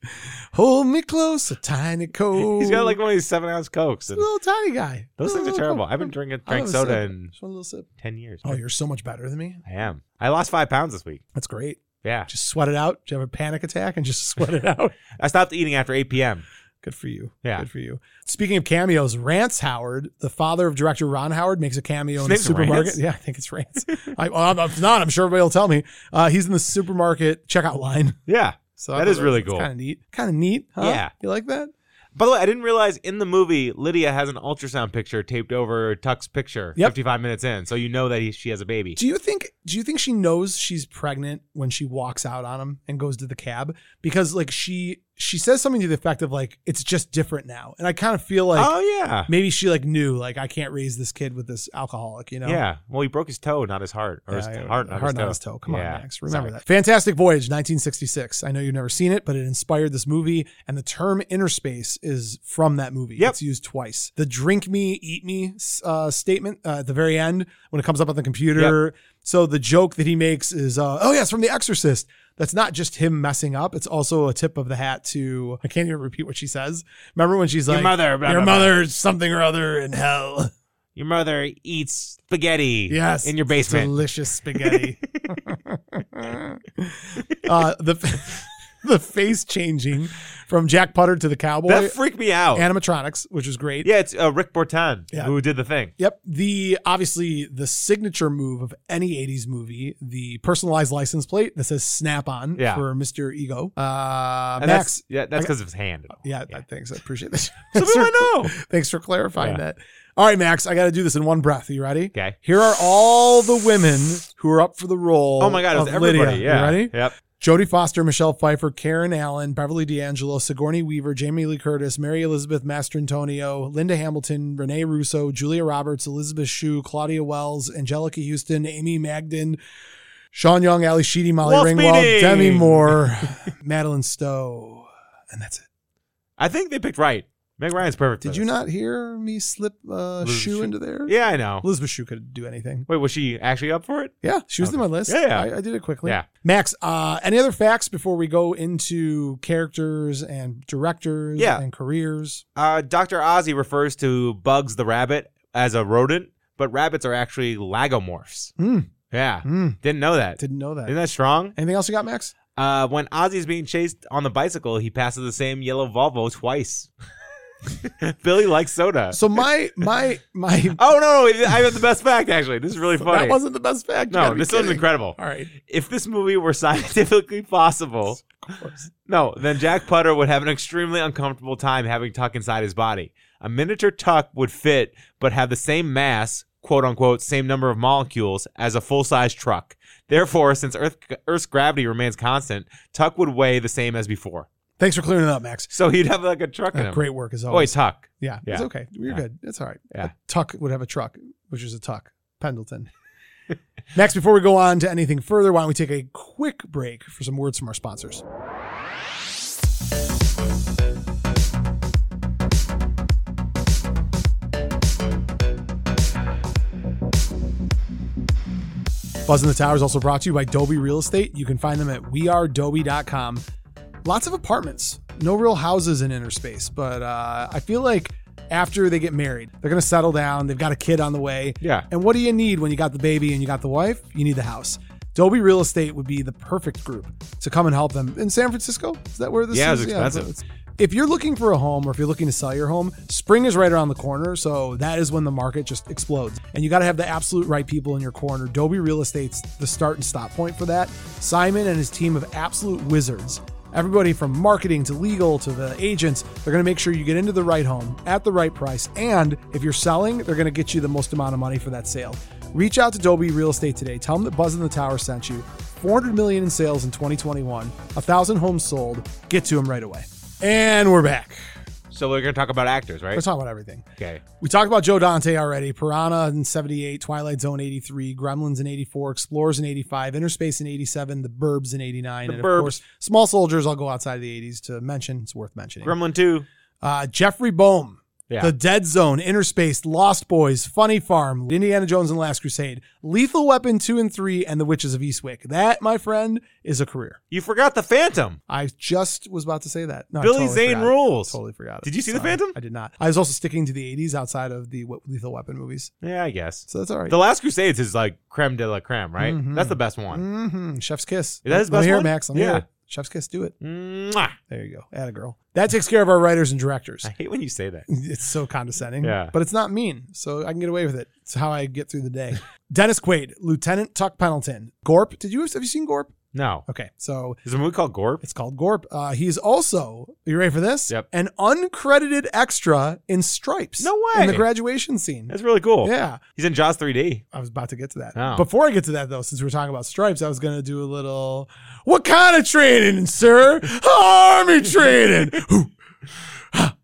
[SPEAKER 2] Hold me close, a tiny coke.
[SPEAKER 4] He's got like one of these seven ounce cokes.
[SPEAKER 2] a
[SPEAKER 4] And
[SPEAKER 2] little tiny guy.
[SPEAKER 4] those things are
[SPEAKER 2] Little
[SPEAKER 4] terrible.
[SPEAKER 2] Coke.
[SPEAKER 4] I haven't drinking
[SPEAKER 2] I'll have
[SPEAKER 4] drank
[SPEAKER 2] a
[SPEAKER 4] soda
[SPEAKER 2] sip.
[SPEAKER 4] in
[SPEAKER 2] Just want a little sip.
[SPEAKER 4] ten years.
[SPEAKER 2] Oh, you're so much better than me.
[SPEAKER 4] I am. I lost five pounds this week.
[SPEAKER 2] That's great.
[SPEAKER 4] Yeah.
[SPEAKER 2] Just sweat it out. Do you have a panic attack and just sweat it out?
[SPEAKER 4] I stopped eating after eight PM.
[SPEAKER 2] Good for you.
[SPEAKER 4] Yeah.
[SPEAKER 2] Good for you. Speaking of cameos, Rance Howard, the father of director Ron Howard, makes a cameo
[SPEAKER 4] His
[SPEAKER 2] in the
[SPEAKER 4] name's
[SPEAKER 2] supermarket.
[SPEAKER 4] Rance?
[SPEAKER 2] Yeah, I think it's Rance. I, well, I'm- if not, I'm sure everybody will tell me. Uh, he's in the supermarket checkout line.
[SPEAKER 4] Yeah.
[SPEAKER 2] So
[SPEAKER 4] That is really cool.
[SPEAKER 2] Kind of neat. Kind of neat. Huh?
[SPEAKER 4] Yeah.
[SPEAKER 2] You like that?
[SPEAKER 4] By the way, I didn't realize in the movie Lydia has an ultrasound picture taped over Tuck's picture
[SPEAKER 2] Yep.
[SPEAKER 4] 55 minutes in, so you know that he, she has a baby.
[SPEAKER 2] Do you think? Do you think she knows she's pregnant when she walks out on him and goes to the cab? Because like she she says something to the effect of like it's just different now, and I kind of feel like
[SPEAKER 4] oh yeah.
[SPEAKER 2] maybe she like knew like I can't raise this kid with this alcoholic, you know?
[SPEAKER 4] Yeah. Well, he broke his toe, not his heart, or his
[SPEAKER 2] Yeah,
[SPEAKER 4] heart, not his toe.
[SPEAKER 2] Come
[SPEAKER 4] Yeah.
[SPEAKER 2] on, Max. Remember
[SPEAKER 4] Sorry.
[SPEAKER 2] that. Fantastic Voyage, 1966. I know you've never seen it, but it inspired this movie, and the term interspace is from that movie.
[SPEAKER 4] Yep.
[SPEAKER 2] It's used twice. The "drink me, eat me" uh, statement uh, at the very end when it comes up on the computer. So the joke that he makes is, uh, "Oh yeah, it's from The Exorcist." That's not just him messing up. It's also a tip of the hat to. I can't even repeat what she says. Remember when she's
[SPEAKER 4] Your
[SPEAKER 2] like,
[SPEAKER 4] mother, blah,
[SPEAKER 2] your
[SPEAKER 4] blah, blah.
[SPEAKER 2] mother's something or other in hell."
[SPEAKER 4] Your mother eats spaghetti.
[SPEAKER 2] Yes.
[SPEAKER 4] In your basement.
[SPEAKER 2] Delicious spaghetti. uh, the the face changing from Jack Putter to the cowboy
[SPEAKER 4] that freaked me out.
[SPEAKER 2] animatronics, which was great.
[SPEAKER 4] yeah, it's uh, Rick Bortan
[SPEAKER 2] Yeah.
[SPEAKER 4] who did the thing.
[SPEAKER 2] Yep. The obviously the signature move of any 80s movie, the personalized license plate that says snap on
[SPEAKER 4] Yeah.
[SPEAKER 2] for Mr. Ego. Uh,
[SPEAKER 4] And
[SPEAKER 2] Max.
[SPEAKER 4] that's yeah, that's because of his hand.
[SPEAKER 2] Yeah, I thanks. I appreciate this.
[SPEAKER 4] So we might know.
[SPEAKER 2] Thanks for clarifying that. All right, Max, I got to do this in one breath. Are you ready?
[SPEAKER 4] Okay.
[SPEAKER 2] Here are all the women who are up for the role.
[SPEAKER 4] Oh my god, it was
[SPEAKER 2] of
[SPEAKER 4] everybody.
[SPEAKER 2] Lydia.
[SPEAKER 4] Yeah.
[SPEAKER 2] You ready?
[SPEAKER 4] Yep.
[SPEAKER 2] Jodie Foster, Michelle Pfeiffer, Karen Allen, Beverly D'Angelo, Sigourney Weaver, Jamie Lee Curtis, Mary Elizabeth Mastrantonio, Linda Hamilton, Renee Russo, Julia Roberts, Elizabeth Shue, Claudia Wells, Angelica Houston, Amy Magden, Sean Young, Ali Sheedy, Molly
[SPEAKER 4] Wolf
[SPEAKER 2] Ringwald,
[SPEAKER 4] meeting.
[SPEAKER 2] Demi Moore, Madeline Stowe. And that's it.
[SPEAKER 4] I think they picked right. Meg Ryan's perfect. for
[SPEAKER 2] Did you
[SPEAKER 4] this.
[SPEAKER 2] not hear me slip uh,
[SPEAKER 4] Elizabeth
[SPEAKER 2] shoe
[SPEAKER 4] Shue.
[SPEAKER 2] into there?
[SPEAKER 4] Yeah, I know.
[SPEAKER 2] Elizabeth Shue could do anything.
[SPEAKER 4] Wait, was she actually up for it?
[SPEAKER 2] Yeah, she was
[SPEAKER 4] Okay.
[SPEAKER 2] in my list.
[SPEAKER 4] Yeah, yeah.
[SPEAKER 2] I, I did it quickly.
[SPEAKER 4] Yeah.
[SPEAKER 2] Max, uh, any other facts before we go into characters and directors
[SPEAKER 4] Yeah.
[SPEAKER 2] and careers?
[SPEAKER 4] Uh, Dr. Ozzy refers to Bugs the rabbit as a rodent, but rabbits are actually lagomorphs.
[SPEAKER 2] Hmm.
[SPEAKER 4] Yeah.
[SPEAKER 2] Mm,
[SPEAKER 4] Didn't know that.
[SPEAKER 2] didn't know
[SPEAKER 4] Isn't
[SPEAKER 2] that.
[SPEAKER 4] that strong?
[SPEAKER 2] Anything else you got, Max?
[SPEAKER 4] Uh, when Ozzy's being chased on the bicycle, he passes the same yellow Volvo twice. Billy likes soda.
[SPEAKER 2] So my my my
[SPEAKER 4] oh no, no, I have the best fact actually. This is really funny.
[SPEAKER 2] that wasn't the best fact. You
[SPEAKER 4] no,
[SPEAKER 2] gotta be
[SPEAKER 4] this one's
[SPEAKER 2] kidding.
[SPEAKER 4] incredible.
[SPEAKER 2] All right.
[SPEAKER 4] If this movie were scientifically possible, no, then Jack Putter would have an extremely uncomfortable time having Tuck inside his body. A miniature Tuck would fit, but have the same mass, quote unquote, same number of molecules as a full size truck. Therefore, since Earth, Earth's gravity remains constant, Tuck would weigh the same as before.
[SPEAKER 2] Thanks for clearing it up, Max.
[SPEAKER 4] So he'd have like a truck in
[SPEAKER 2] Uh,
[SPEAKER 4] him.
[SPEAKER 2] great work as
[SPEAKER 4] Boy,
[SPEAKER 2] always.
[SPEAKER 4] Tuck.
[SPEAKER 2] yeah, it's
[SPEAKER 4] Yeah.
[SPEAKER 2] okay. We're
[SPEAKER 4] Yeah.
[SPEAKER 2] good. It's all right.
[SPEAKER 4] Yeah.
[SPEAKER 2] A tuck would have a truck, which is a tuck. Pendleton. Max, before we go on to anything further, why don't we take a quick break for some words from our sponsors? Buzz in the Tower is also brought to you by Dobie Real Estate. You can find them at wearedoby.com. Lots of apartments, no real houses in inner space, but uh, I feel like after they get married, they're going to settle down. They've got a kid on the way.
[SPEAKER 4] Yeah.
[SPEAKER 2] And what do you need when you got the baby and you got the wife? You need the house. Dobie Real Estate would be the perfect group to come and help them in San Francisco. Is that where this
[SPEAKER 4] Yeah,
[SPEAKER 2] is?
[SPEAKER 4] it's expensive.
[SPEAKER 2] it's- if you're looking for a home or if you're looking to sell your home, spring is right around the corner. So that is when the market just explodes. And you got to have the absolute right people in your corner. Dobie Real Estate's the start and stop point for that. Simon and his team of absolute wizards. Everybody from marketing to legal to the agents, they're going to make sure you get into the right home at the right price. And if you're selling, they're going to get you the most amount of money for that sale. Reach out to Dobie Real Estate today. Tell them that Buzz in the Tower sent you. 400 million in sales in 2021, 1,000 homes sold. Get to them right away. And we're back.
[SPEAKER 4] So we're going to talk about actors, right?
[SPEAKER 2] Let's talk about everything.
[SPEAKER 4] Okay.
[SPEAKER 2] We talked about Joe Dante already. Piranha in 78, Twilight Zone 83, Gremlins in 84, Explorers in 85, Interspace in 87, The Burbs in 89.
[SPEAKER 4] The
[SPEAKER 2] and
[SPEAKER 4] Burbs.
[SPEAKER 2] of course, Small Soldiers, I'll go outside of the 80s to mention. It's worth mentioning.
[SPEAKER 4] Gremlin 2.
[SPEAKER 2] Uh, Jeffrey Boehm,
[SPEAKER 4] Yeah.
[SPEAKER 2] The Dead Zone, Interspace, Lost Boys, Funny Farm, Indiana Jones and the Last Crusade, Lethal Weapon 2 and 3, and The Witches of Eastwick. That, my friend, is a career.
[SPEAKER 4] you forgot the Phantom.
[SPEAKER 2] I just was about to say that. No, I
[SPEAKER 4] Billy
[SPEAKER 2] totally
[SPEAKER 4] Zane
[SPEAKER 2] forgot.
[SPEAKER 4] rules.
[SPEAKER 2] Totally forgot. it.
[SPEAKER 4] Did you see The
[SPEAKER 2] Sorry.
[SPEAKER 4] Phantom?
[SPEAKER 2] I did not. I was also sticking to the 80s outside of the Wh- Lethal Weapon movies.
[SPEAKER 4] Yeah, I guess.
[SPEAKER 2] So that's all right.
[SPEAKER 4] The Last Crusades is like creme de la creme, right?
[SPEAKER 2] Mhm.
[SPEAKER 4] That's the best one.
[SPEAKER 2] hmm Chef's Kiss.
[SPEAKER 4] Is that his
[SPEAKER 2] Let me
[SPEAKER 4] best
[SPEAKER 2] hear it,
[SPEAKER 4] one?
[SPEAKER 2] Max. Let me
[SPEAKER 4] Yeah.
[SPEAKER 2] hear it. Chef's Kiss. Do it. Mm-hmm.
[SPEAKER 4] Mwah.
[SPEAKER 2] There you go. Atta girl. That takes care of our writers and directors.
[SPEAKER 4] I hate when you say that.
[SPEAKER 2] It's so condescending.
[SPEAKER 4] Yeah.
[SPEAKER 2] But it's not mean. So I can get away with it. It's how I get through the day. Dennis Quaid, Lieutenant Tuck Pendleton. Gorp. Did you have you seen Gorp?
[SPEAKER 4] No.
[SPEAKER 2] Okay. So
[SPEAKER 4] Is there a movie called Gorp?
[SPEAKER 2] it's called Gorp. Uh, he's also, are you ready for this?
[SPEAKER 4] Yep.
[SPEAKER 2] An uncredited extra in Stripes.
[SPEAKER 4] No
[SPEAKER 2] In the
[SPEAKER 4] way.
[SPEAKER 2] graduation scene.
[SPEAKER 4] That's really cool.
[SPEAKER 2] yeah.
[SPEAKER 4] He's in Jaws 3D.
[SPEAKER 2] I was about to get to that.
[SPEAKER 4] Oh.
[SPEAKER 2] Before I get to that, though, since we were talking about stripes, I was going to do a little. What kind of training, sir? Army training. Who? Ha.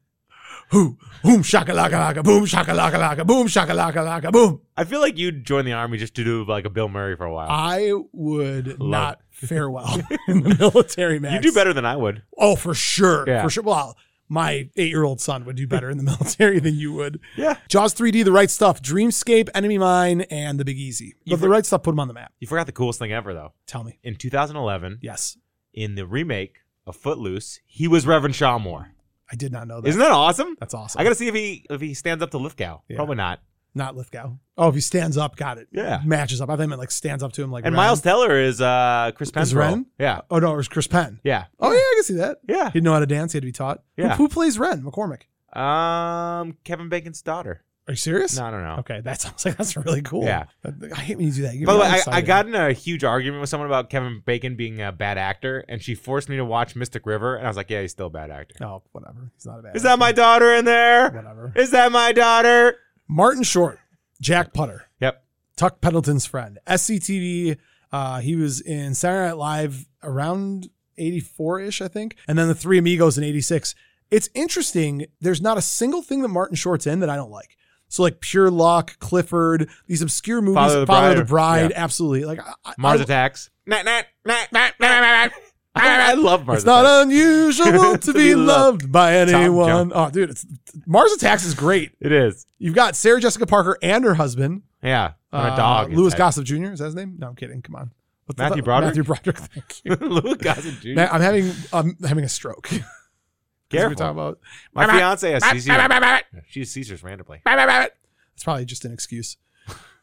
[SPEAKER 2] Who? Boom shakalaka laka. Boom shakalaka laka. Boom shakalaka laka. Boom.
[SPEAKER 4] I feel like you'd join the army just to do like a Bill Murray for a while.
[SPEAKER 2] I would not fare well in the military, man.
[SPEAKER 4] you do better than I would.
[SPEAKER 2] Oh, for sure.
[SPEAKER 4] Yeah.
[SPEAKER 2] For sure. Well, my eight-year-old son would do better in the military than you would.
[SPEAKER 4] Yeah.
[SPEAKER 2] Jaws 3D, The Right Stuff, Dreamscape, Enemy Mine, and The Big Easy. But
[SPEAKER 4] You've-
[SPEAKER 2] The Right Stuff put him on the map.
[SPEAKER 4] You forgot the coolest thing ever though.
[SPEAKER 2] Tell me.
[SPEAKER 4] In 2011,
[SPEAKER 2] Yes.
[SPEAKER 4] in the remake of Footloose, he was Reverend Shaw Moore.
[SPEAKER 2] I did not know that.
[SPEAKER 4] Isn't that awesome?
[SPEAKER 2] That's awesome.
[SPEAKER 4] I gotta see if he if he stands up to Lithgow.
[SPEAKER 2] Yeah.
[SPEAKER 4] Probably not.
[SPEAKER 2] not Lithgow. Oh, if he stands up, got it.
[SPEAKER 4] Yeah.
[SPEAKER 2] Matches up. I think it meant like stands up to him like
[SPEAKER 4] And
[SPEAKER 2] Ren.
[SPEAKER 4] Miles Teller is uh Chris Penn.
[SPEAKER 2] Ren?
[SPEAKER 4] Yeah.
[SPEAKER 2] Oh no, it was Chris Penn.
[SPEAKER 4] Yeah.
[SPEAKER 2] Oh yeah, I can see that.
[SPEAKER 4] Yeah.
[SPEAKER 2] He didn't know how to dance, he had to be taught. Who-
[SPEAKER 4] Yeah.
[SPEAKER 2] Who, plays Ren? McCormick.
[SPEAKER 4] Um Kevin Bacon's daughter.
[SPEAKER 2] Are you serious?
[SPEAKER 4] No, I don't know.
[SPEAKER 2] Okay, that sounds like that's really cool.
[SPEAKER 4] Yeah.
[SPEAKER 2] I hate when you do that. You get
[SPEAKER 4] By the way,
[SPEAKER 2] all
[SPEAKER 4] I, I
[SPEAKER 2] excited.
[SPEAKER 4] got in a huge argument with someone about Kevin Bacon being a bad actor, and she forced me to watch Mystic River, and I was like, yeah, he's still a bad actor.
[SPEAKER 2] Oh, whatever. He's not a bad.
[SPEAKER 4] Is that my daughter in there?
[SPEAKER 2] whatever?
[SPEAKER 4] Is that my daughter?
[SPEAKER 2] Martin Short, Jack Putter.
[SPEAKER 4] Yep.
[SPEAKER 2] Tuck Pendleton's friend. SCTV. Uh, he was in Saturday Night Live around 84 ish, I think. And then The Three Amigos in 86. It's interesting. There's not a single thing that Martin Short's in that I don't like. So, like Pure Luck, Clifford, these obscure movies,
[SPEAKER 4] Father of the
[SPEAKER 2] Father of
[SPEAKER 4] Bride.
[SPEAKER 2] the Bride, absolutely. Like, I, I-
[SPEAKER 4] Mars
[SPEAKER 2] I-
[SPEAKER 4] Attacks. Nah, nah, nah, nah, nah, nah, nah. I I love Mars
[SPEAKER 2] it's not
[SPEAKER 4] Attacks.
[SPEAKER 2] unusual to be loved by anyone.
[SPEAKER 4] Jones.
[SPEAKER 2] Oh, dude, it's, Mars Attacks is great.
[SPEAKER 4] it is.
[SPEAKER 2] You've got Sarah Jessica Parker and her husband,
[SPEAKER 4] Yeah. I'm
[SPEAKER 2] Uh,
[SPEAKER 4] a dog.
[SPEAKER 2] Louis
[SPEAKER 4] inside.
[SPEAKER 2] Gossip Jr. Is that his name? No, I'm kidding. Come on. What's
[SPEAKER 4] Matthew
[SPEAKER 2] the-
[SPEAKER 4] Broderick?
[SPEAKER 2] Matthew Broderick. Thank you.
[SPEAKER 4] Louis Gossett Jr.
[SPEAKER 2] Ma- I'm having I'm having a stroke. 'Cause We're
[SPEAKER 4] Careful.
[SPEAKER 2] talking about.
[SPEAKER 4] My fiance has Caesar. She sees randomly.
[SPEAKER 2] It's probably just an excuse.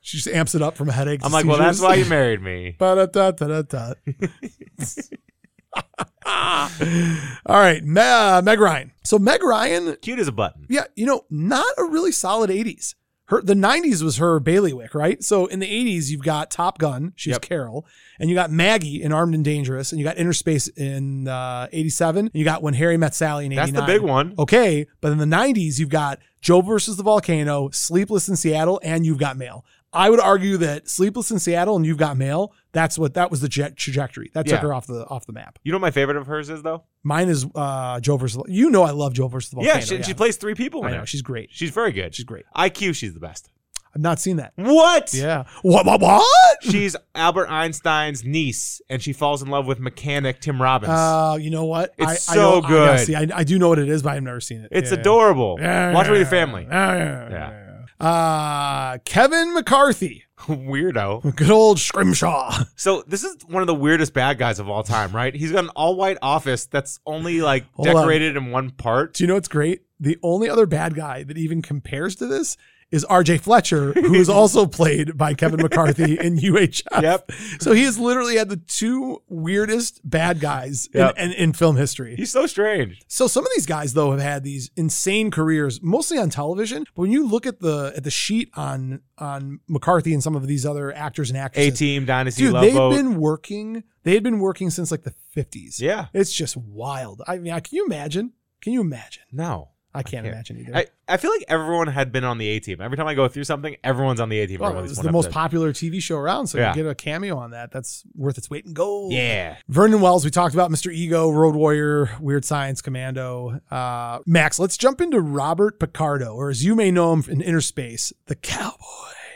[SPEAKER 2] She just amps it up from headaches.
[SPEAKER 4] I'm like, well, that's why you married me.
[SPEAKER 2] da All right, Me- uh, Meg Ryan. So Meg Ryan,
[SPEAKER 4] Cute as a button.
[SPEAKER 2] yeah, you know, not a really solid '80s. Her the '90s was her bailiwick, right? So in the '80s, you've got Top Gun, she's
[SPEAKER 4] Yep.
[SPEAKER 2] Carol, and you got Maggie in Armed and Dangerous, and you got Interspace in uh, '87, and you got When Harry Met Sally in
[SPEAKER 4] That's
[SPEAKER 2] '89.
[SPEAKER 4] the big one.
[SPEAKER 2] Okay, but in the 90s, you've got Joe versus the Volcano, Sleepless in Seattle, and You've Got Mail. I would argue that Sleepless in Seattle and You've Got Mail, that's what that was the jet trajectory. That took
[SPEAKER 4] Yeah.
[SPEAKER 2] her off the off the map.
[SPEAKER 4] You know what my favorite of hers is though?
[SPEAKER 2] Mine is uh Joe versus the You know I love Joe versus the Volcano.
[SPEAKER 4] yeah, she, she plays three people.
[SPEAKER 2] I
[SPEAKER 4] In
[SPEAKER 2] know,
[SPEAKER 4] it.
[SPEAKER 2] she's great.
[SPEAKER 4] She's very good.
[SPEAKER 2] She's great.
[SPEAKER 4] IQ, she's the best.
[SPEAKER 2] I've not seen that.
[SPEAKER 4] What?
[SPEAKER 2] Yeah. What what what?
[SPEAKER 4] She's Albert Einstein's niece, and she falls in love with mechanic Tim Robbins.
[SPEAKER 2] Uh, you know what?
[SPEAKER 4] It's
[SPEAKER 2] I,
[SPEAKER 4] so
[SPEAKER 2] I know, I, gotta
[SPEAKER 4] good.
[SPEAKER 2] see, I, I do know what it is, but I've never seen it.
[SPEAKER 4] it's
[SPEAKER 2] Yeah.
[SPEAKER 4] adorable.
[SPEAKER 2] Yeah,
[SPEAKER 4] Watch it with your
[SPEAKER 2] yeah,
[SPEAKER 4] family.
[SPEAKER 2] Yeah. yeah, yeah, yeah. Uh, Kevin McCarthy,
[SPEAKER 4] Weirdo.
[SPEAKER 2] good old Scrimshaw.
[SPEAKER 4] So this is one of the weirdest bad guys of all time, right? He's got an all-white office that's only like
[SPEAKER 2] Hold on.
[SPEAKER 4] decorated in one part.
[SPEAKER 2] Do you know what's great? The only other bad guy that even compares to this is RJ Fletcher, who is also played by Kevin McCarthy in UHF.
[SPEAKER 4] Yep.
[SPEAKER 2] So he has literally had the two weirdest bad guys in-
[SPEAKER 4] Yep.
[SPEAKER 2] in, in, film history.
[SPEAKER 4] He's so strange.
[SPEAKER 2] So some of these guys though have had these insane careers, mostly on television. But when you look at the at the sheet on on McCarthy and some of these other actors and
[SPEAKER 4] A
[SPEAKER 2] actresses,
[SPEAKER 4] Team Dynasty
[SPEAKER 2] dude,
[SPEAKER 4] Love
[SPEAKER 2] they've
[SPEAKER 4] Boat.
[SPEAKER 2] been working. They had been working since like the fifties.
[SPEAKER 4] yeah.
[SPEAKER 2] It's just wild. I mean, I- can you imagine? Can you imagine?
[SPEAKER 4] No.
[SPEAKER 2] I can't,
[SPEAKER 4] can't.
[SPEAKER 2] imagine either.
[SPEAKER 4] I, I feel like everyone had been on the A Team. Every time I go through something, everyone's on the A Team.
[SPEAKER 2] Well, Oh, it was the most popular TV show around, so
[SPEAKER 4] Yeah.
[SPEAKER 2] you get a cameo on that. That's worth its weight in gold.
[SPEAKER 4] Yeah.
[SPEAKER 2] Vernon Wells, we talked about Mr. Ego, Road Warrior, Weird Science, Commando. Uh, Max, let's jump into Robert Picardo, or as you may know him in Interspace, the cowboy.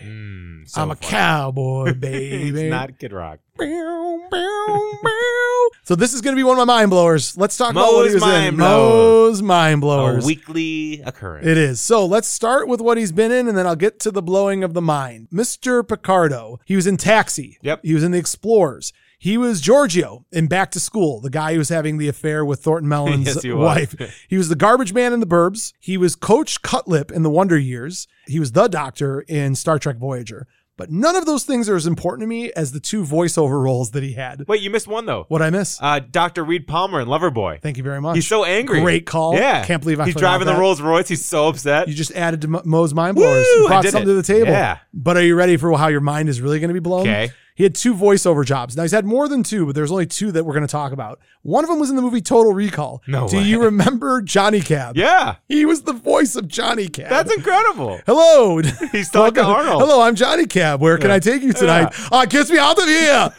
[SPEAKER 4] Mm, so
[SPEAKER 2] I'm a
[SPEAKER 4] funny.
[SPEAKER 2] cowboy,
[SPEAKER 4] It's
[SPEAKER 2] baby.
[SPEAKER 4] not Kid Rock.
[SPEAKER 2] Bow, bow, bow. so this is going to be one of my mind blowers. Let's talk about what he
[SPEAKER 4] Moe's
[SPEAKER 2] was in.
[SPEAKER 4] Mind Blower.
[SPEAKER 2] Moe's mind
[SPEAKER 4] A
[SPEAKER 2] blowers.
[SPEAKER 4] weekly occurrence.
[SPEAKER 2] It is. So let's start with what he's been in, and then I'll get to the blowing of the mind. Mr. Picardo, he was in Taxi.
[SPEAKER 4] Yep.
[SPEAKER 2] He was in The Explorers. He was Giorgio in Back to School, the guy who was having the affair with Thornton Mellon's
[SPEAKER 4] Yes, he was.
[SPEAKER 2] wife. He was the garbage man in The Burbs. He was Coach Cutlip in The Wonder Years. He was the doctor in Star Trek Voyager. But none of those things are as important to me as the two voiceover roles that he had.
[SPEAKER 4] Wait, you missed one though.
[SPEAKER 2] What I miss?
[SPEAKER 4] Uh, Dr. Reed Palmer in Loverboy.
[SPEAKER 2] Thank you very much.
[SPEAKER 4] He's so angry.
[SPEAKER 2] Great call.
[SPEAKER 4] Yeah.
[SPEAKER 2] Can't believe I
[SPEAKER 4] He's
[SPEAKER 2] forgot
[SPEAKER 4] driving the
[SPEAKER 2] that.
[SPEAKER 4] Rolls Royce. He's so upset.
[SPEAKER 2] You just added to Mo- Moe's mind blowers.
[SPEAKER 4] Woo!
[SPEAKER 2] You
[SPEAKER 4] I
[SPEAKER 2] brought
[SPEAKER 4] did
[SPEAKER 2] something to
[SPEAKER 4] it.
[SPEAKER 2] the table.
[SPEAKER 4] Yeah.
[SPEAKER 2] But are you ready for how your mind is really going to be blown?
[SPEAKER 4] Okay.
[SPEAKER 2] He had two voiceover jobs. Now he's had more than two, but there's only two that we're going to talk about. One of them was in the movie Total Recall.
[SPEAKER 4] No
[SPEAKER 2] Do
[SPEAKER 4] way.
[SPEAKER 2] you remember Johnny Cab?
[SPEAKER 4] yeah.
[SPEAKER 2] He was the voice of Johnny Cab.
[SPEAKER 4] That's Oh. incredible.
[SPEAKER 2] Hello.
[SPEAKER 4] He's talking to Arnold.
[SPEAKER 2] Hello, I'm Johnny Cab. Where can I take you tonight? Ah, kiss me out of here.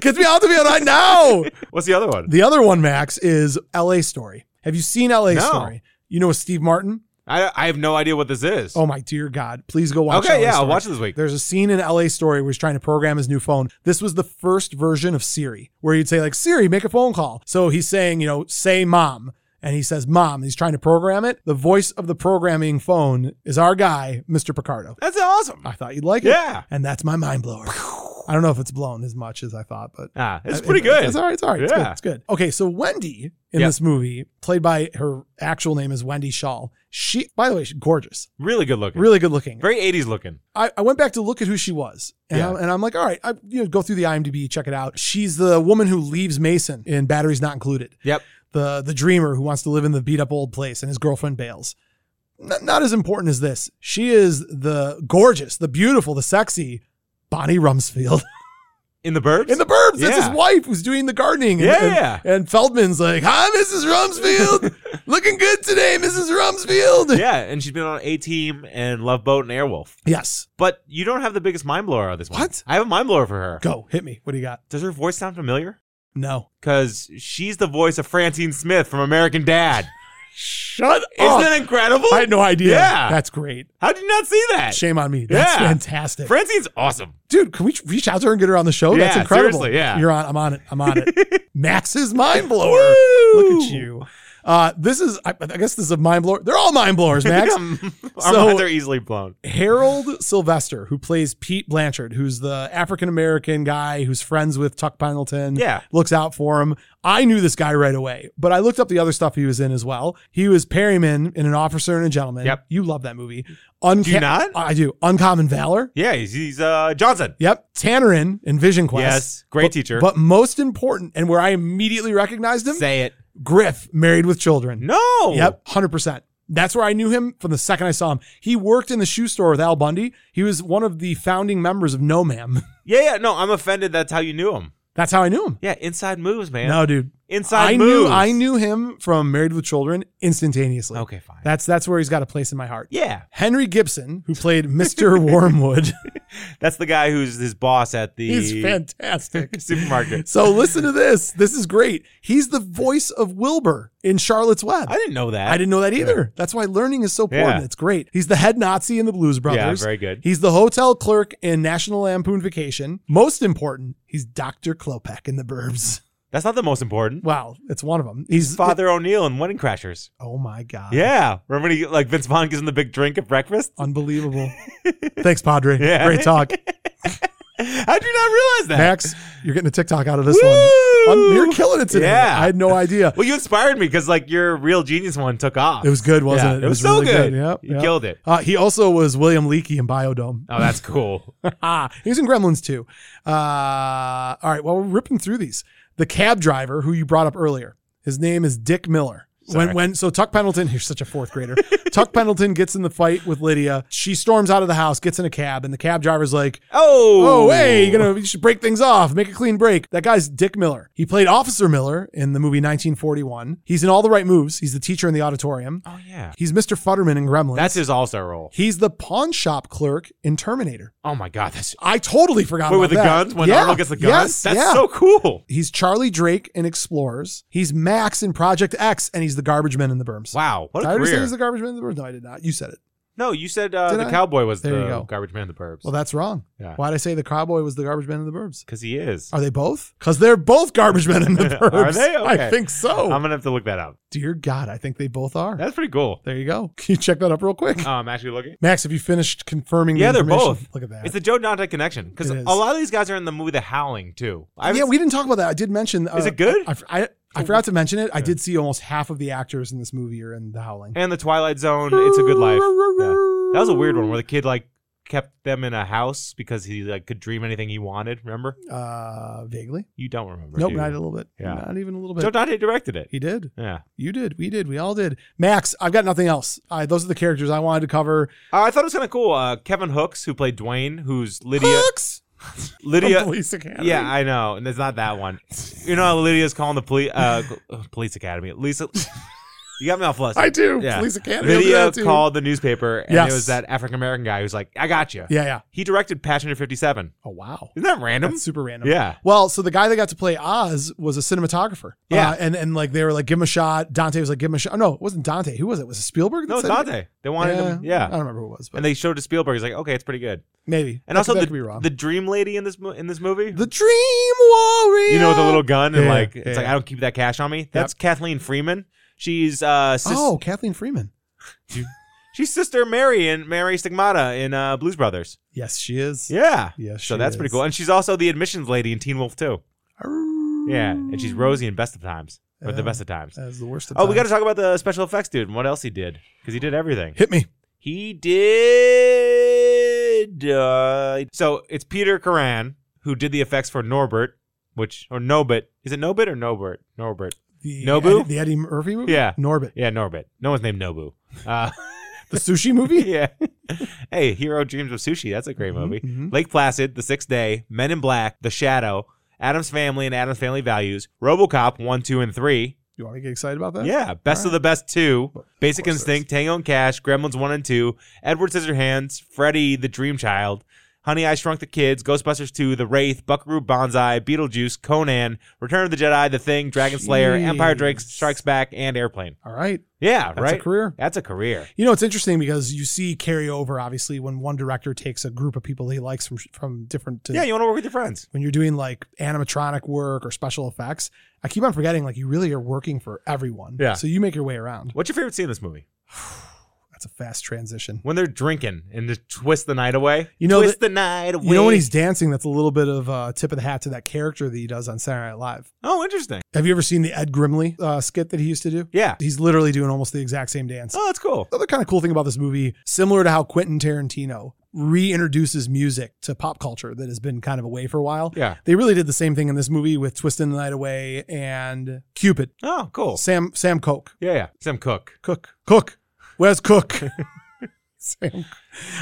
[SPEAKER 2] kiss me out of here right now.
[SPEAKER 4] What's the other one?
[SPEAKER 2] The other one, Max, is LA Story. Have you seen LA
[SPEAKER 4] No.
[SPEAKER 2] Story? You know Steve Martin?
[SPEAKER 4] I, I have no idea what this is.
[SPEAKER 2] Oh my dear God! Please go watch.
[SPEAKER 4] Okay,
[SPEAKER 2] LA
[SPEAKER 4] yeah, I'll
[SPEAKER 2] Story.
[SPEAKER 4] watch it this week.
[SPEAKER 2] There's a scene in LA Story where he's trying to program his new phone. This was the first version of Siri, where he'd say like Siri, make a phone call. So he's saying, you know, say mom, and he says mom. He's trying to program it. The voice of the programming phone is our guy, Mr. Picardo.
[SPEAKER 4] That's awesome.
[SPEAKER 2] I thought you'd like it.
[SPEAKER 4] Yeah.
[SPEAKER 2] and that's my mind blower. I don't know if it's blown as much as I thought, but
[SPEAKER 4] Ah, it's
[SPEAKER 2] uh,
[SPEAKER 4] pretty
[SPEAKER 2] it-
[SPEAKER 4] good.
[SPEAKER 2] It's all right. It's all right. It's, good,
[SPEAKER 4] Yeah.
[SPEAKER 2] it's good. Okay, so Wendy in
[SPEAKER 4] Yep.
[SPEAKER 2] this movie, played by her actual name is Wendy Shaw. She, by the way, she's gorgeous,
[SPEAKER 4] Really good looking.
[SPEAKER 2] really good looking.
[SPEAKER 4] Very 80s looking.
[SPEAKER 2] I, I went back to look at who she was, and,
[SPEAKER 4] Yeah.
[SPEAKER 2] I'm, and I'm like, all right, I you know go through the IMDb, check it out. She's the woman who leaves Mason in Batteries Not Included.
[SPEAKER 4] Yep.
[SPEAKER 2] The the dreamer who wants to live in the beat up old place, and his girlfriend bails. Not, not as important as this. She is the gorgeous, the beautiful, the sexy Bonnie Rumsfeld
[SPEAKER 4] In the birds?
[SPEAKER 2] in the Burbs. That's
[SPEAKER 4] Yeah.
[SPEAKER 2] his wife who's doing the gardening. And, and-
[SPEAKER 4] Yeah.
[SPEAKER 2] And, Feldman's like, hi, Mrs. Rumsfeld, looking good today, Mrs. Rumsfeld.
[SPEAKER 4] yeah, and she's been on A Team and Love Boat and Airwolf.
[SPEAKER 2] Yes.
[SPEAKER 4] But you don't have the biggest mind blower on this one.
[SPEAKER 2] What?
[SPEAKER 4] I have a mind blower for her.
[SPEAKER 2] Go hit me. What do you got?
[SPEAKER 4] Does her voice sound familiar?
[SPEAKER 2] No.
[SPEAKER 4] Because she's the voice of Francine Smith from American Dad.
[SPEAKER 2] Shut
[SPEAKER 4] Isn't
[SPEAKER 2] up.
[SPEAKER 4] that incredible?
[SPEAKER 2] Oh. I had no idea.
[SPEAKER 4] Yeah.
[SPEAKER 2] That's great.
[SPEAKER 4] How did you not see that?
[SPEAKER 2] Shame on me. That's
[SPEAKER 4] Yeah.
[SPEAKER 2] fantastic.
[SPEAKER 4] Francine's awesome.
[SPEAKER 2] Dude, can we reach out to her and get her on the show? That's
[SPEAKER 4] Yeah,
[SPEAKER 2] incredible.
[SPEAKER 4] seriously, yeah.
[SPEAKER 2] You're on I'm on it. I'm on it. Max's mind blower. Look at you. Uh, this is, I, I guess, this is a mind blower. They're all mind blowers, Max.
[SPEAKER 4] Our
[SPEAKER 2] So-
[SPEAKER 4] minds are easily blown.
[SPEAKER 2] Harold Sylvester, who plays Pete Blanchard, who's the African American guy who's friends with Tuck Pendleton.
[SPEAKER 4] Yeah.
[SPEAKER 2] Looks out for him. I knew this guy right away, but I looked up the other stuff he was in as well. He was Perryman in An Officer and a Gentleman.
[SPEAKER 4] Yep.
[SPEAKER 2] You love that movie. Unca-
[SPEAKER 4] Do you not?
[SPEAKER 2] I do. Uncommon Valor.
[SPEAKER 4] Yeah, he's, he's uh, Johnson.
[SPEAKER 2] Yep. Tannerin in Vision Quest.
[SPEAKER 4] Yes, great
[SPEAKER 2] But-
[SPEAKER 4] teacher.
[SPEAKER 2] But most important, and where I immediately recognized him,
[SPEAKER 4] Say it.
[SPEAKER 2] Griff, married with children.
[SPEAKER 4] No.
[SPEAKER 2] Yep, 100%. Oh, That's where I knew him from the second I saw him. He worked in the shoe store with Al Bundy. He was one of the founding members of No Ma'am.
[SPEAKER 4] Yeah, yeah. No, I'm offended. That's how you knew him.
[SPEAKER 2] That's how I knew him.
[SPEAKER 4] Yeah, inside moves, man.
[SPEAKER 2] No, dude.
[SPEAKER 4] inside
[SPEAKER 2] I
[SPEAKER 4] moves.
[SPEAKER 2] knew I knew him from Married with Children instantaneously.
[SPEAKER 4] Okay, fine.
[SPEAKER 2] That's that's where he's got a place in my heart.
[SPEAKER 4] yeah,
[SPEAKER 2] Henry Gibson, who played Mr. Wormwood.
[SPEAKER 4] that's the guy who's his boss at the
[SPEAKER 2] he's fantastic.
[SPEAKER 4] supermarket.
[SPEAKER 2] So listen to this. This is great. He's the voice of Wilbur in Charlotte's Web.
[SPEAKER 4] I didn't know that.
[SPEAKER 2] I didn't know that either. That's why learning is so important.
[SPEAKER 4] Yeah.
[SPEAKER 2] It's great. He's the head Nazi in the Blues Brothers.
[SPEAKER 4] very good.
[SPEAKER 2] He's the hotel clerk in National Lampoon Vacation. Most important, he's Dr. Klopek in the Burbs.
[SPEAKER 4] That's not the most important.
[SPEAKER 2] Wow, it's one of them. He's
[SPEAKER 4] Father O'Neill in Wedding Crashers.
[SPEAKER 2] Oh my god.
[SPEAKER 4] Yeah, remember when he, like Vince Vaughn gives him the big drink at breakfast?
[SPEAKER 2] Unbelievable. Thanks, Padre.
[SPEAKER 4] Yeah.
[SPEAKER 2] Great talk.
[SPEAKER 4] How'd you not realize that?
[SPEAKER 2] Max, you're getting a TikTok out of this one.
[SPEAKER 4] Woo!
[SPEAKER 2] Um, you're killing it today.
[SPEAKER 4] Yeah.
[SPEAKER 2] I had no idea.
[SPEAKER 4] Well, you inspired me because like your real genius one took off.
[SPEAKER 2] It was good, wasn't
[SPEAKER 4] Yeah,
[SPEAKER 2] it?
[SPEAKER 4] it was so
[SPEAKER 2] really
[SPEAKER 4] good.
[SPEAKER 2] Yep,
[SPEAKER 4] You
[SPEAKER 2] yep.
[SPEAKER 4] killed it.
[SPEAKER 2] Uh, he also was William Leakey in Biodome.
[SPEAKER 4] Oh, that's cool.
[SPEAKER 2] Ah, he was in Gremlins too. Uh, all right. Well, we're ripping through these. The cab driver who you brought up earlier, his name is Dick Miller. When, when so Tuck Pendleton, you're such a fourth grader. Tuck Pendleton gets in the fight with Lydia. She storms out of the house, gets in a cab, and the cab driver's like,
[SPEAKER 4] Oh,
[SPEAKER 2] "Oh, hey, you're gonna you should break things off, make a clean break." That guy's Dick Miller. He played Officer Miller in the movie 1941. He's in all the right moves. He's the teacher in the auditorium.
[SPEAKER 4] Oh yeah,
[SPEAKER 2] He's Mr. Futterman in Gremlins.
[SPEAKER 4] that's his all-star role.
[SPEAKER 2] He's the pawn shop clerk in Terminator.
[SPEAKER 4] Oh my god, that's
[SPEAKER 2] I totally forgot
[SPEAKER 4] Wait,
[SPEAKER 2] about
[SPEAKER 4] with the
[SPEAKER 2] that.
[SPEAKER 4] guns when
[SPEAKER 2] Yeah,
[SPEAKER 4] Arnold gets the guns.
[SPEAKER 2] yes,
[SPEAKER 4] that's
[SPEAKER 2] yeah.
[SPEAKER 4] so cool.
[SPEAKER 2] He's Charlie Drake in Explorers. He's Max in Project X, and he's the garbage man in the Berms.
[SPEAKER 4] Wow, what
[SPEAKER 2] Did
[SPEAKER 4] a
[SPEAKER 2] I already say
[SPEAKER 4] career.
[SPEAKER 2] he's the garbage man in the Berms? No, I did not. You said it.
[SPEAKER 4] no, you said uh,
[SPEAKER 2] Did
[SPEAKER 4] the
[SPEAKER 2] I?
[SPEAKER 4] cowboy was
[SPEAKER 2] There you
[SPEAKER 4] the
[SPEAKER 2] go.
[SPEAKER 4] garbage man of the burbs.
[SPEAKER 2] Well, that's wrong.
[SPEAKER 4] Yeah.
[SPEAKER 2] Why'd I say the cowboy was the garbage man in the Burbs?
[SPEAKER 4] because he is.
[SPEAKER 2] Are they both? Because they're both garbage men in the Burbs.
[SPEAKER 4] Are they? Okay. Um,
[SPEAKER 2] I think so.
[SPEAKER 4] I'm gonna have to look that up.
[SPEAKER 2] Dear God, I think they both are.
[SPEAKER 4] That's pretty cool.
[SPEAKER 2] there you go. Can you check that up real quick?
[SPEAKER 4] Oh, I'm actually looking.
[SPEAKER 2] Max, have you finished confirming? the
[SPEAKER 4] Yeah, they're
[SPEAKER 2] information?
[SPEAKER 4] both.
[SPEAKER 2] Look at that.
[SPEAKER 4] It's the Joe Dante connection because
[SPEAKER 2] It
[SPEAKER 4] a
[SPEAKER 2] is.
[SPEAKER 4] lot of these guys are in the movie The Howling too. I haven't
[SPEAKER 2] yeah, we didn't talk about that. I did mention. Uh,
[SPEAKER 4] Is it good?
[SPEAKER 2] I, I,
[SPEAKER 4] Oh,
[SPEAKER 2] I forgot to mention it. I did see almost half of the actors in this movie are in The Howling.
[SPEAKER 4] and the Twilight Zone. It's a Good Life. Yeah. That was a weird one where the kid like kept them in a house because he like could dream anything he wanted. Remember?
[SPEAKER 2] Uh, vaguely.
[SPEAKER 4] You don't remember?
[SPEAKER 2] Nope,
[SPEAKER 4] do you?
[SPEAKER 2] not a little bit.
[SPEAKER 4] Yeah.
[SPEAKER 2] Not even a little
[SPEAKER 4] Joe
[SPEAKER 2] bit.
[SPEAKER 4] Dante directed it.
[SPEAKER 2] He did.
[SPEAKER 4] Yeah.
[SPEAKER 2] You did. We did. We all did. Max, I've got nothing else. I, those are the characters I wanted to cover.
[SPEAKER 4] Uh, I thought it was kind of cool. Uh, Kevin Hooks, who played Dwayne, who's Lydia.
[SPEAKER 2] Hooks from
[SPEAKER 4] Lydia.
[SPEAKER 2] Police Academy.
[SPEAKER 4] Yeah, I know, and it's not that one. You know, how Lydia's calling the police. Uh, uh, police academy. Lisa, you got me off flustered.
[SPEAKER 2] I do.
[SPEAKER 4] Yeah.
[SPEAKER 2] Police Academy. I'll do
[SPEAKER 4] Lydia
[SPEAKER 2] that too.
[SPEAKER 4] called the newspaper, and
[SPEAKER 2] Yes.
[SPEAKER 4] it was that African American guy who's like, "I got you."
[SPEAKER 2] Yeah, yeah.
[SPEAKER 4] He directed Passenger 57.
[SPEAKER 2] Oh, wow.
[SPEAKER 4] Isn't that random?
[SPEAKER 2] That's super random.
[SPEAKER 4] Yeah.
[SPEAKER 2] Well, so the guy that got to play Oz was a cinematographer.
[SPEAKER 4] Yeah.
[SPEAKER 2] Uh, and and like they were like, give him a shot. Dante was like, give him a shot. Oh, no, it wasn't Dante. Who was it? Was it Spielberg? that
[SPEAKER 4] No, it's
[SPEAKER 2] said it?
[SPEAKER 4] Dante. They wanted
[SPEAKER 2] Yeah, Uh,
[SPEAKER 4] him. Yeah.
[SPEAKER 2] I don't remember who it was, but
[SPEAKER 4] and they showed it to Spielberg. He's like, "Okay, it's pretty good."
[SPEAKER 2] maybe. That
[SPEAKER 4] And also
[SPEAKER 2] could- that
[SPEAKER 4] the,
[SPEAKER 2] could be wrong.
[SPEAKER 4] the dream lady in this mo- in this movie.
[SPEAKER 2] The Dream Warrior.
[SPEAKER 4] you know, with the little gun and
[SPEAKER 2] Yeah,
[SPEAKER 4] like
[SPEAKER 2] yeah,
[SPEAKER 4] it's like
[SPEAKER 2] yeah.
[SPEAKER 4] I don't keep that cash on me. That's Kathleen Freeman. She's uh sis-
[SPEAKER 2] Oh, Kathleen Freeman.
[SPEAKER 4] she's sister Mary in Mary Stigmata in uh, Blues Brothers.
[SPEAKER 2] Yes, she is.
[SPEAKER 4] Yeah.
[SPEAKER 2] Yes,
[SPEAKER 4] So
[SPEAKER 2] she
[SPEAKER 4] that's pretty
[SPEAKER 2] is.
[SPEAKER 4] cool. And she's also the admissions lady in Teen Wolf too.
[SPEAKER 2] Arr-
[SPEAKER 4] Yeah. And she's Rosie in Best of Times. Or
[SPEAKER 2] Yeah.
[SPEAKER 4] the Best of Times.
[SPEAKER 2] That was the worst of
[SPEAKER 4] Oh, we got to
[SPEAKER 2] times.
[SPEAKER 4] talk about the special effects dude and what else he did because he did everything.
[SPEAKER 2] hit me.
[SPEAKER 4] He did. Uh, so it's Peter Karan who did the effects for Norbert, which or Nobit. Is it Nobit or Norbert? Norbert.
[SPEAKER 2] The
[SPEAKER 4] Nobu?
[SPEAKER 2] Eddie, the Eddie Murphy movie?
[SPEAKER 4] Yeah.
[SPEAKER 2] Norbit.
[SPEAKER 4] Yeah, Norbit. No one's named Nobu. Uh,
[SPEAKER 2] The sushi movie?
[SPEAKER 4] yeah. hey, Hero Dreams of Sushi. That's a great movie.
[SPEAKER 2] mhm.
[SPEAKER 4] Lake Placid, The Sixth Day, Men in Black, The Shadow, Adam's Family and Adam's Family Values, RoboCop 1, 2, and 3.
[SPEAKER 2] You want me to get excited about that?
[SPEAKER 4] Yeah, Best of the Best 2, Basic
[SPEAKER 2] course
[SPEAKER 4] Instinct, Tango and Cash, Gremlins 1 and 2, Edward Scissorhands, Freddy the Dream Child, Honey, I Shrunk the Kids, Ghostbusters 2, The Wraith, Buckaroo Banzai, Beetlejuice, Conan, Return of the Jedi, The Thing, Dragon Slayer, Empire Drakes, Strikes Back, and Airplane.
[SPEAKER 2] All right.
[SPEAKER 4] Yeah,
[SPEAKER 2] That's a
[SPEAKER 4] right.
[SPEAKER 2] career.
[SPEAKER 4] That's a career.
[SPEAKER 2] You know, it's interesting because you see carryover, obviously, when one director takes a group of people he likes from from different. uh, To,
[SPEAKER 4] Yeah, you want to work with your friends.
[SPEAKER 2] when you're doing like animatronic work or special effects, I keep on forgetting like you really are working for everyone.
[SPEAKER 4] Yeah.
[SPEAKER 2] So you make your way around.
[SPEAKER 4] What's your favorite scene in this movie?
[SPEAKER 2] That's a fast transition.
[SPEAKER 4] When they're drinking and just twist the night away.
[SPEAKER 2] You know
[SPEAKER 4] twist the, night away.
[SPEAKER 2] You know when he's dancing, that's a little bit of uh, tip of the hat to that character that he does on Saturday Night Live.
[SPEAKER 4] oh, interesting.
[SPEAKER 2] Have you ever seen the Ed Grimley uh, skit that he used to do?
[SPEAKER 4] Yeah.
[SPEAKER 2] He's literally doing almost the exact same dance.
[SPEAKER 4] Oh, that's cool.
[SPEAKER 2] Another kind of cool thing about this movie, similar to how Quentin Tarantino reintroduces music to pop culture that has been kind of away for a while.
[SPEAKER 4] Yeah.
[SPEAKER 2] They really did the same thing in this movie with Twisting the Night Away and Cupid.
[SPEAKER 4] Oh, cool.
[SPEAKER 2] Sam Sam Coke.
[SPEAKER 4] Yeah, yeah. Sam Cook.
[SPEAKER 2] Cook. Cook. Where's Cook? Sam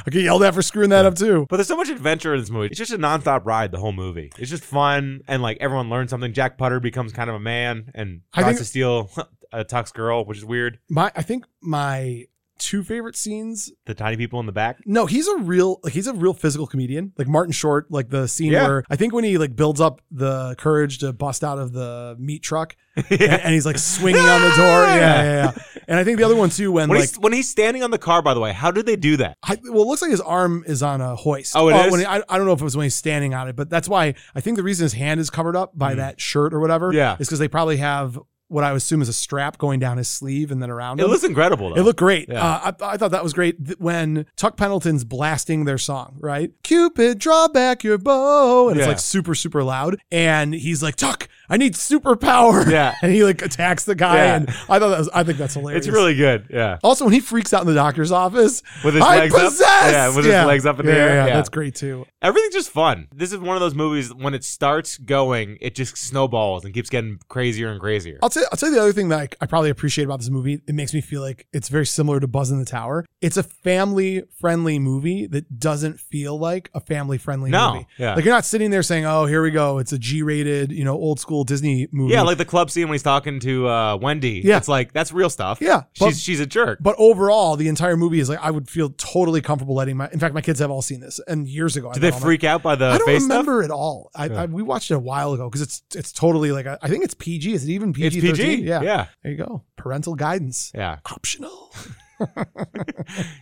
[SPEAKER 2] I get yelled at for screwing that up too.
[SPEAKER 4] But there's so much adventure in this movie. It's just a nonstop ride the whole movie. It's just fun and like everyone learns something. Jack Putter becomes kind of a man and
[SPEAKER 2] I
[SPEAKER 4] tries
[SPEAKER 2] think-
[SPEAKER 4] to steal a Tux girl, which is weird.
[SPEAKER 2] My I think my two favorite scenes
[SPEAKER 4] The tiny people in the back.
[SPEAKER 2] No, he's a real like he's a real physical comedian. Like Martin Short, like the scene
[SPEAKER 4] Yeah.
[SPEAKER 2] where I think when he like builds up the courage to bust out of the meat truck and, and he's like swinging on the door. Yeah, yeah, yeah. And I think the other one too when
[SPEAKER 4] When,
[SPEAKER 2] like
[SPEAKER 4] he's, when he's standing on the car, by the way, how did they do that?
[SPEAKER 2] I, well, it looks like his arm is on a hoist.
[SPEAKER 4] Oh, it is?
[SPEAKER 2] When he- I, I don't know if it was when he's standing on it, but that's why I think the reason his hand is covered up by
[SPEAKER 4] Mhm.
[SPEAKER 2] that shirt or whatever
[SPEAKER 4] Yeah.
[SPEAKER 2] is because they probably have what I would assume is a strap going down his sleeve and then around
[SPEAKER 4] It
[SPEAKER 2] him.
[SPEAKER 4] looks incredible, though.
[SPEAKER 2] It looked great.
[SPEAKER 4] Yeah.
[SPEAKER 2] Uh, I, I thought that was great th- when Tuck Pendleton's blasting their song, right? Cupid, draw back your bow. And it's
[SPEAKER 4] Yeah.
[SPEAKER 2] like super, super loud. And he's like, Tuck, I need superpower.
[SPEAKER 4] Yeah.
[SPEAKER 2] and he like attacks the guy.
[SPEAKER 4] Yeah.
[SPEAKER 2] And I thought that was, I think that's hilarious.
[SPEAKER 4] It's really good. Yeah.
[SPEAKER 2] Also, when he freaks out in the doctor's office,
[SPEAKER 4] With his
[SPEAKER 2] I
[SPEAKER 4] legs
[SPEAKER 2] possess!
[SPEAKER 4] up. Yeah, with his legs up in
[SPEAKER 2] yeah,
[SPEAKER 4] the air.
[SPEAKER 2] Yeah,
[SPEAKER 4] Yeah.
[SPEAKER 2] that's great too.
[SPEAKER 4] Everything's just fun. This is one of those movies when it starts going, it just snowballs and keeps getting crazier and crazier.
[SPEAKER 2] I'll tell, I'll tell you the other thing that I, I probably appreciate about this movie. It makes me feel like it's very similar to Buzz in the Tower. It's a family friendly movie that doesn't feel like a family friendly
[SPEAKER 4] No.
[SPEAKER 2] movie.
[SPEAKER 4] Yeah.
[SPEAKER 2] Like you're not sitting there saying, "Oh, here we go. It's a G-rated, you know, old school Disney movie."
[SPEAKER 4] Yeah, like the club scene when he's talking to uh, Wendy.
[SPEAKER 2] Yeah.
[SPEAKER 4] It's like, that's real stuff.
[SPEAKER 2] Yeah, but-
[SPEAKER 4] She's, she's a jerk.
[SPEAKER 2] but overall, the entire movie is like I would feel totally comfortable letting my. In fact, my kids have all seen this, and years ago, I
[SPEAKER 4] Do they
[SPEAKER 2] let all my-
[SPEAKER 4] freak out by the
[SPEAKER 2] I don't
[SPEAKER 4] face Uh, stuff?
[SPEAKER 2] remember it all. I, I, we watched it a while ago because it's it's totally like a, I think it's PG. Is it even
[SPEAKER 4] It's
[SPEAKER 2] PG?
[SPEAKER 4] PG.
[SPEAKER 2] Yeah.
[SPEAKER 4] Yeah.
[SPEAKER 2] There you go. Parental guidance
[SPEAKER 4] Yeah.
[SPEAKER 2] optional.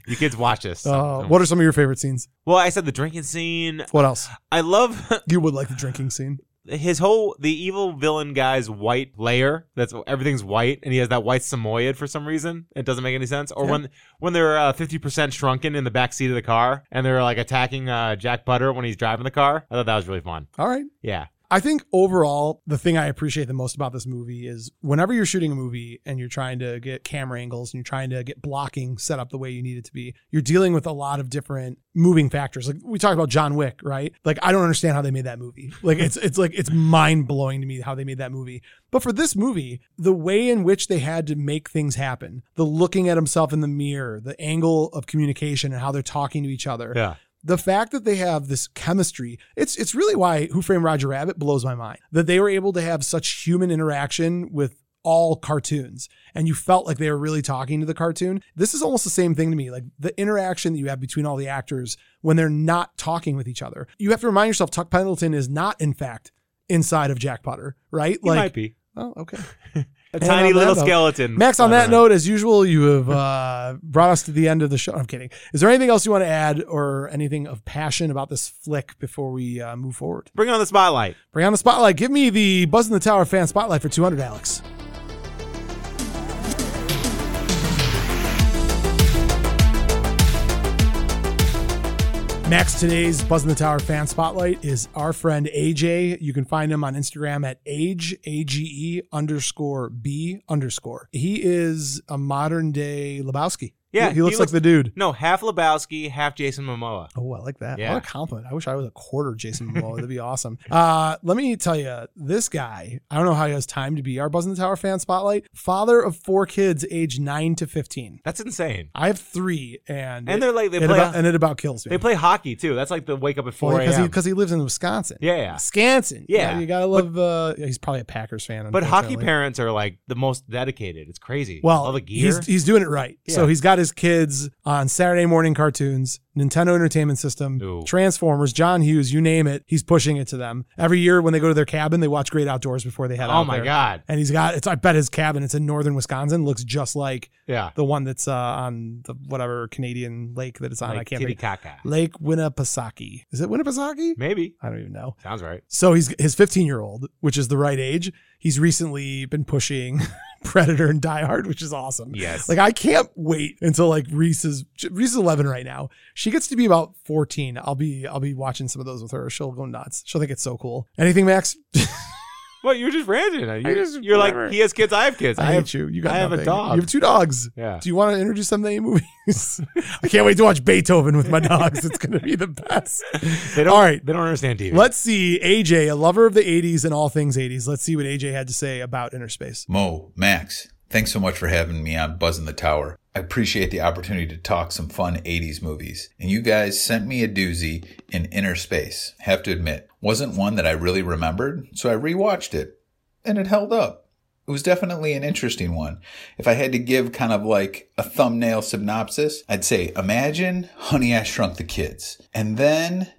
[SPEAKER 4] You kids watch this.
[SPEAKER 2] Uh, what are some of your favorite scenes?
[SPEAKER 4] well, I said the drinking scene.
[SPEAKER 2] What else?
[SPEAKER 4] I love
[SPEAKER 2] You would like the drinking scene.
[SPEAKER 4] his whole the evil villain guy's white layer. That's everything's white, and he has that white Samoyed for some reason. It doesn't make any sense. Or when when they're uh, fifty percent shrunken in the back seat of the car, and they're like attacking uh, Jack Butter when he's driving the car. I thought that was really fun.
[SPEAKER 2] All right.
[SPEAKER 4] Yeah,
[SPEAKER 2] I think overall, the thing I appreciate the most about this movie is whenever you're shooting a movie and you're trying to get camera angles and you're trying to get blocking set up the way you need it to be, you're dealing with a lot of different moving factors. Like we talked about John Wick, right? Like I don't understand how they made that movie. Like it's it's like it's mind blowing to me how they made that movie. But for this movie, the way in which they had to make things happen, the looking at himself in the mirror, the angle of communication and how they're talking to each other,
[SPEAKER 4] yeah.
[SPEAKER 2] the fact that they have this chemistry it's it's really why who framed roger rabbit blows my mind that they were able to have such human interaction with all cartoons and you felt like they were really talking to the cartoon this is almost the same thing to me like the interaction that you have between all the actors when they're not talking with each other you have to remind yourself tuck pendleton is not in fact inside of jack potter right
[SPEAKER 4] He might be
[SPEAKER 2] oh okay
[SPEAKER 4] a
[SPEAKER 2] And
[SPEAKER 4] tiny
[SPEAKER 2] on that
[SPEAKER 4] little
[SPEAKER 2] note-
[SPEAKER 4] skeleton.
[SPEAKER 2] max on
[SPEAKER 4] I don't
[SPEAKER 2] that
[SPEAKER 4] know.
[SPEAKER 2] note as usual you have uh brought us to the end of the show i'm kidding is there anything else you want to add or anything of passion about this flick before we uh, move forward
[SPEAKER 4] bring on the spotlight.
[SPEAKER 2] Bring on the spotlight. Give me the Buzz in the Tower fan spotlight for 200, Alex. Max, today's Buzz in the Tower fan spotlight is our friend AJ. You can find him on Instagram at age, A-G-E E underscore B underscore. He is a modern day Lebowski.
[SPEAKER 4] Yeah,
[SPEAKER 2] He, he looks
[SPEAKER 4] he
[SPEAKER 2] like
[SPEAKER 4] looks-
[SPEAKER 2] the dude.
[SPEAKER 4] No, half Lebowski, half Jason Momoa.
[SPEAKER 2] Oh, I like that.
[SPEAKER 4] Yeah.
[SPEAKER 2] What a compliment. I wish I was a quarter Jason Momoa. That'd be awesome. Uh, let me tell you, this guy, I don't know how he has time to be our Buzz in the Tower fan spotlight. Father of four kids, age 9 to 15.
[SPEAKER 4] That's insane.
[SPEAKER 2] I have three, and,
[SPEAKER 4] And they're like they
[SPEAKER 2] it
[SPEAKER 4] play
[SPEAKER 2] about, and it about kills me.
[SPEAKER 4] they play hockey too. That's like the wake up at four
[SPEAKER 2] because
[SPEAKER 4] a.m.
[SPEAKER 2] he, 'cause he lives in Wisconsin.
[SPEAKER 4] Yeah, yeah.
[SPEAKER 2] Wisconsin.
[SPEAKER 4] Yeah.
[SPEAKER 2] You gotta love, uh, he's probably a Packers fan.
[SPEAKER 4] But hockey
[SPEAKER 2] unfortunately.
[SPEAKER 4] parents are like the most dedicated. It's crazy.
[SPEAKER 2] Well,
[SPEAKER 4] all the gear.
[SPEAKER 2] he's he's doing it right. So
[SPEAKER 4] Yeah.
[SPEAKER 2] he's got his kids on Saturday morning cartoons, Nintendo Entertainment System,
[SPEAKER 4] Ooh.
[SPEAKER 2] Transformers, John Hughes, you name it. He's pushing it to them every year when they go to their cabin. They watch Great Outdoors before they head out.
[SPEAKER 4] Oh my
[SPEAKER 2] there.
[SPEAKER 4] god.
[SPEAKER 2] And he's got it's. I bet his cabin. It's in northern Wisconsin. Looks just like
[SPEAKER 4] Yeah.
[SPEAKER 2] the one that's uh, on the whatever Canadian lake that it's on. I
[SPEAKER 4] Like
[SPEAKER 2] can't think.
[SPEAKER 4] Titicaca.
[SPEAKER 2] Lake Winnipesaukee. Is it Winnipesaukee?
[SPEAKER 4] Maybe.
[SPEAKER 2] I don't even know.
[SPEAKER 4] Sounds right.
[SPEAKER 2] So he's his 15 year old, which is the right age. He's recently been pushing Predator and Die Hard, which is awesome.
[SPEAKER 4] Yes.
[SPEAKER 2] Like I can't wait until like Reese is Reese is 11 right now. She gets to be about 14. I'll be I'll be watching some of those with her. She'll go nuts. She'll think it's so cool. Anything, Max?
[SPEAKER 4] Well, you're just ranting. You're,
[SPEAKER 2] just-
[SPEAKER 4] you're like
[SPEAKER 2] whatever.
[SPEAKER 4] he has kids. I have kids.
[SPEAKER 2] I,
[SPEAKER 4] I, have
[SPEAKER 2] hate you. You got
[SPEAKER 4] I have a
[SPEAKER 2] nothing.
[SPEAKER 4] dog.
[SPEAKER 2] You have two dogs.
[SPEAKER 4] Yeah.
[SPEAKER 2] Do you want to introduce them to any movies? I can't wait to watch Beethoven with my dogs. It's going to be the best.
[SPEAKER 4] They don't,
[SPEAKER 2] All right.
[SPEAKER 4] They don't understand TV.
[SPEAKER 2] Let's see AJ, a lover of the 80s and all things 80s. Let's see what AJ had to say about Inner Space.
[SPEAKER 6] Mo, Max, thanks so much for having me on Buzz in the Tower. I appreciate the opportunity to talk some fun 80s movies. And you guys sent me a doozy in Inner Space. Have to admit, wasn't one that I really remembered, so I rewatched it. And it held up. It was definitely an interesting one. If I had to give kind of like a thumbnail synopsis, I'd say imagine Honey I Shrunk the Kids. And then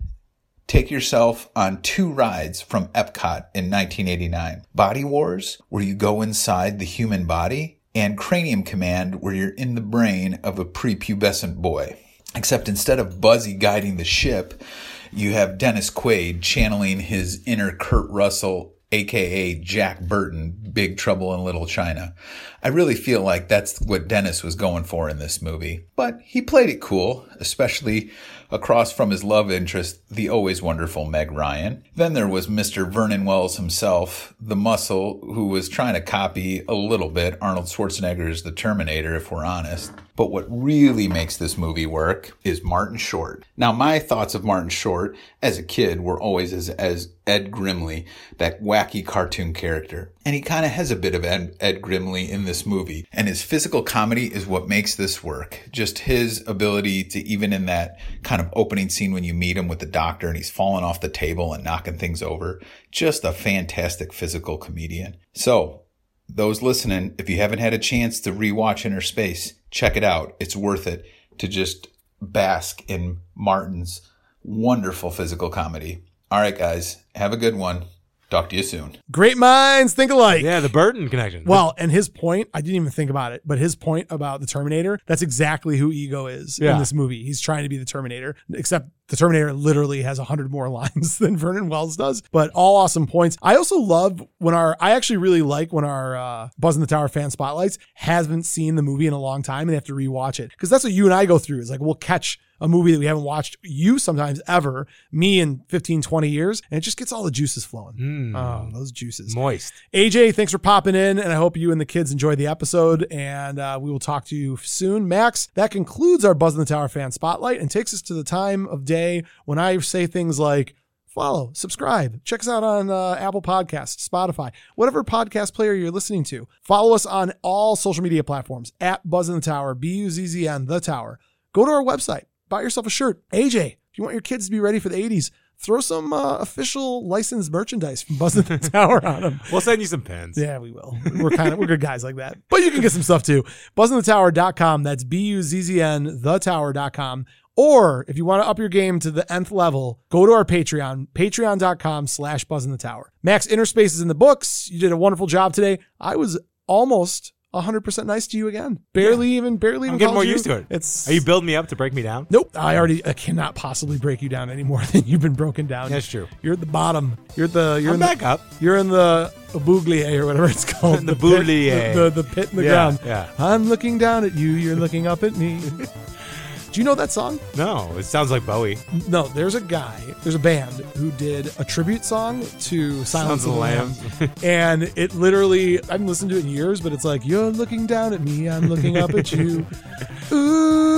[SPEAKER 6] Take yourself on two rides from Epcot in 1989 Body Wars, where you go inside the human body, and Cranium Command, where you're in the brain of a prepubescent boy. Except instead of Buzzy guiding the ship, you have Dennis Quaid channeling his inner Kurt Russell, aka Jack Burton, Big Trouble in Little China. I really feel like that's what Dennis was going for in this movie. But he played it cool, especially across from his love interest, the always wonderful Meg Ryan. Then there was Mr. Vernon Wells himself, the muscle, who was trying to copy a little bit Arnold Schwarzenegger's The Terminator, if we're honest. But what really makes this movie work is Martin Short. Now, my thoughts of Martin Short as a kid were always as, as Ed Grimley, that wacky cartoon character. And he kind of has a bit of Ed, Ed Grimley in this movie. And his physical comedy is what makes this work. Just his ability to, even in that kind of opening scene when you meet him with the doctor and he's falling off the table and knocking things over, just a fantastic physical comedian. So, those listening, if you haven't had a chance to rewatch Inner Space, check it out. It's worth it to just bask in Martin's wonderful physical comedy. All right, guys, have a good one. Talk to you soon.
[SPEAKER 2] Great minds think alike.
[SPEAKER 4] yeah, the Burton connection.
[SPEAKER 2] Well, and his point, I didn't even think about it, but his point about the Terminator, that's exactly who Ego is
[SPEAKER 4] Yeah.
[SPEAKER 2] in this movie. He's trying to be the Terminator, except the Terminator literally has 100 more lines than Vernon Wells does, but all awesome points. I also love when our, I actually really like when our uh, Buzz in the Tower fan spotlights hasn't seen the movie in a long time and they have to rewatch it. Because that's what you and I go through is like, we'll catch a movie that we haven't watched you sometimes ever, me in 15, 20 years, and it just gets all the juices flowing.
[SPEAKER 4] Mm.
[SPEAKER 2] Oh, those juices.
[SPEAKER 4] moist.
[SPEAKER 2] AJ, thanks for popping in, and I hope you and the kids enjoyed the episode. And uh, we will talk to you soon, Max. That concludes our Buzz in the Tower fan spotlight, and takes us to the time of day when I say things like follow, subscribe, check us out on uh, Apple Podcasts, Spotify, whatever podcast player you're listening to. Follow us on all social media platforms at Buzz in the Tower, B U Z Z N the Tower. Go to our website, buy yourself a shirt. AJ, if you want your kids to be ready for the '80s. Throw some uh, official licensed merchandise from Buzz in the Tower on them.
[SPEAKER 4] We'll send you some pens.
[SPEAKER 2] Yeah, we will. We're kind of we're good guys like that. But you can get some stuff too. Buzzinthetower.com. That's B U Z Z N thetower.com. Or if you want to up your game to the nth level, go to our Patreon, patreon.com slash buzz in the tower. Max Interspace is in the books. You did a wonderful job today. I was almost 100% nice to you again. Barely even, barely even.
[SPEAKER 4] I'm getting
[SPEAKER 2] called
[SPEAKER 4] more
[SPEAKER 2] you.
[SPEAKER 4] used to it.
[SPEAKER 2] It's,
[SPEAKER 4] Are you building me up to break me down?
[SPEAKER 2] Nope. I already, I cannot possibly break you down any more than you've been broken down.
[SPEAKER 4] That's true.
[SPEAKER 2] You're at the bottom. You're at the, you're
[SPEAKER 4] I'm
[SPEAKER 2] in the-
[SPEAKER 4] back up.
[SPEAKER 2] you're in the bouglier or whatever it's called.
[SPEAKER 4] The
[SPEAKER 2] pit-
[SPEAKER 4] bouglier.
[SPEAKER 2] The, the, the pit in the
[SPEAKER 4] Yeah,
[SPEAKER 2] ground.
[SPEAKER 4] yeah.
[SPEAKER 2] I'm looking down at you. You're looking up at me. Do you know that song?
[SPEAKER 4] No, it sounds like Bowie.
[SPEAKER 2] No, there's a guy, there's a band who did a tribute song to Silence
[SPEAKER 4] Sounds
[SPEAKER 2] of the Lambs. and it literally, I haven't listened to it in years, but it's like, you're looking down at me, I'm looking up at you.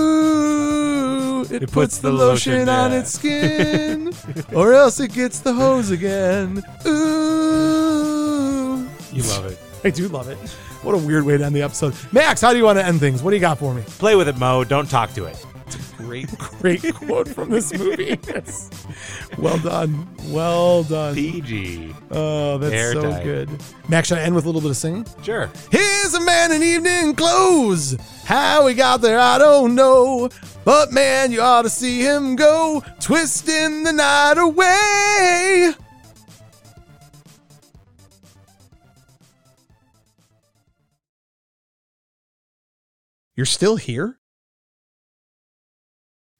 [SPEAKER 2] Ooh, it, puts, the, lotion, on
[SPEAKER 4] there.
[SPEAKER 2] its skin, or else it gets the hose again. Ooh.
[SPEAKER 4] You love it.
[SPEAKER 2] I do love it. What a weird way to end the episode. Max, how do you want to end things? What do you got for me?
[SPEAKER 4] Play with it, Mo. Don't talk to it. great
[SPEAKER 2] Great quote from this movie. Yes. Well done. Well done.
[SPEAKER 4] PG.
[SPEAKER 2] Oh, that's so
[SPEAKER 4] Airtight.
[SPEAKER 2] good. Max, should I end with a little bit of singing?
[SPEAKER 4] Sure.
[SPEAKER 2] Here's a man in evening clothes. How he got there, I don't know. But man, you ought to see him go, twisting the night away. You're still here?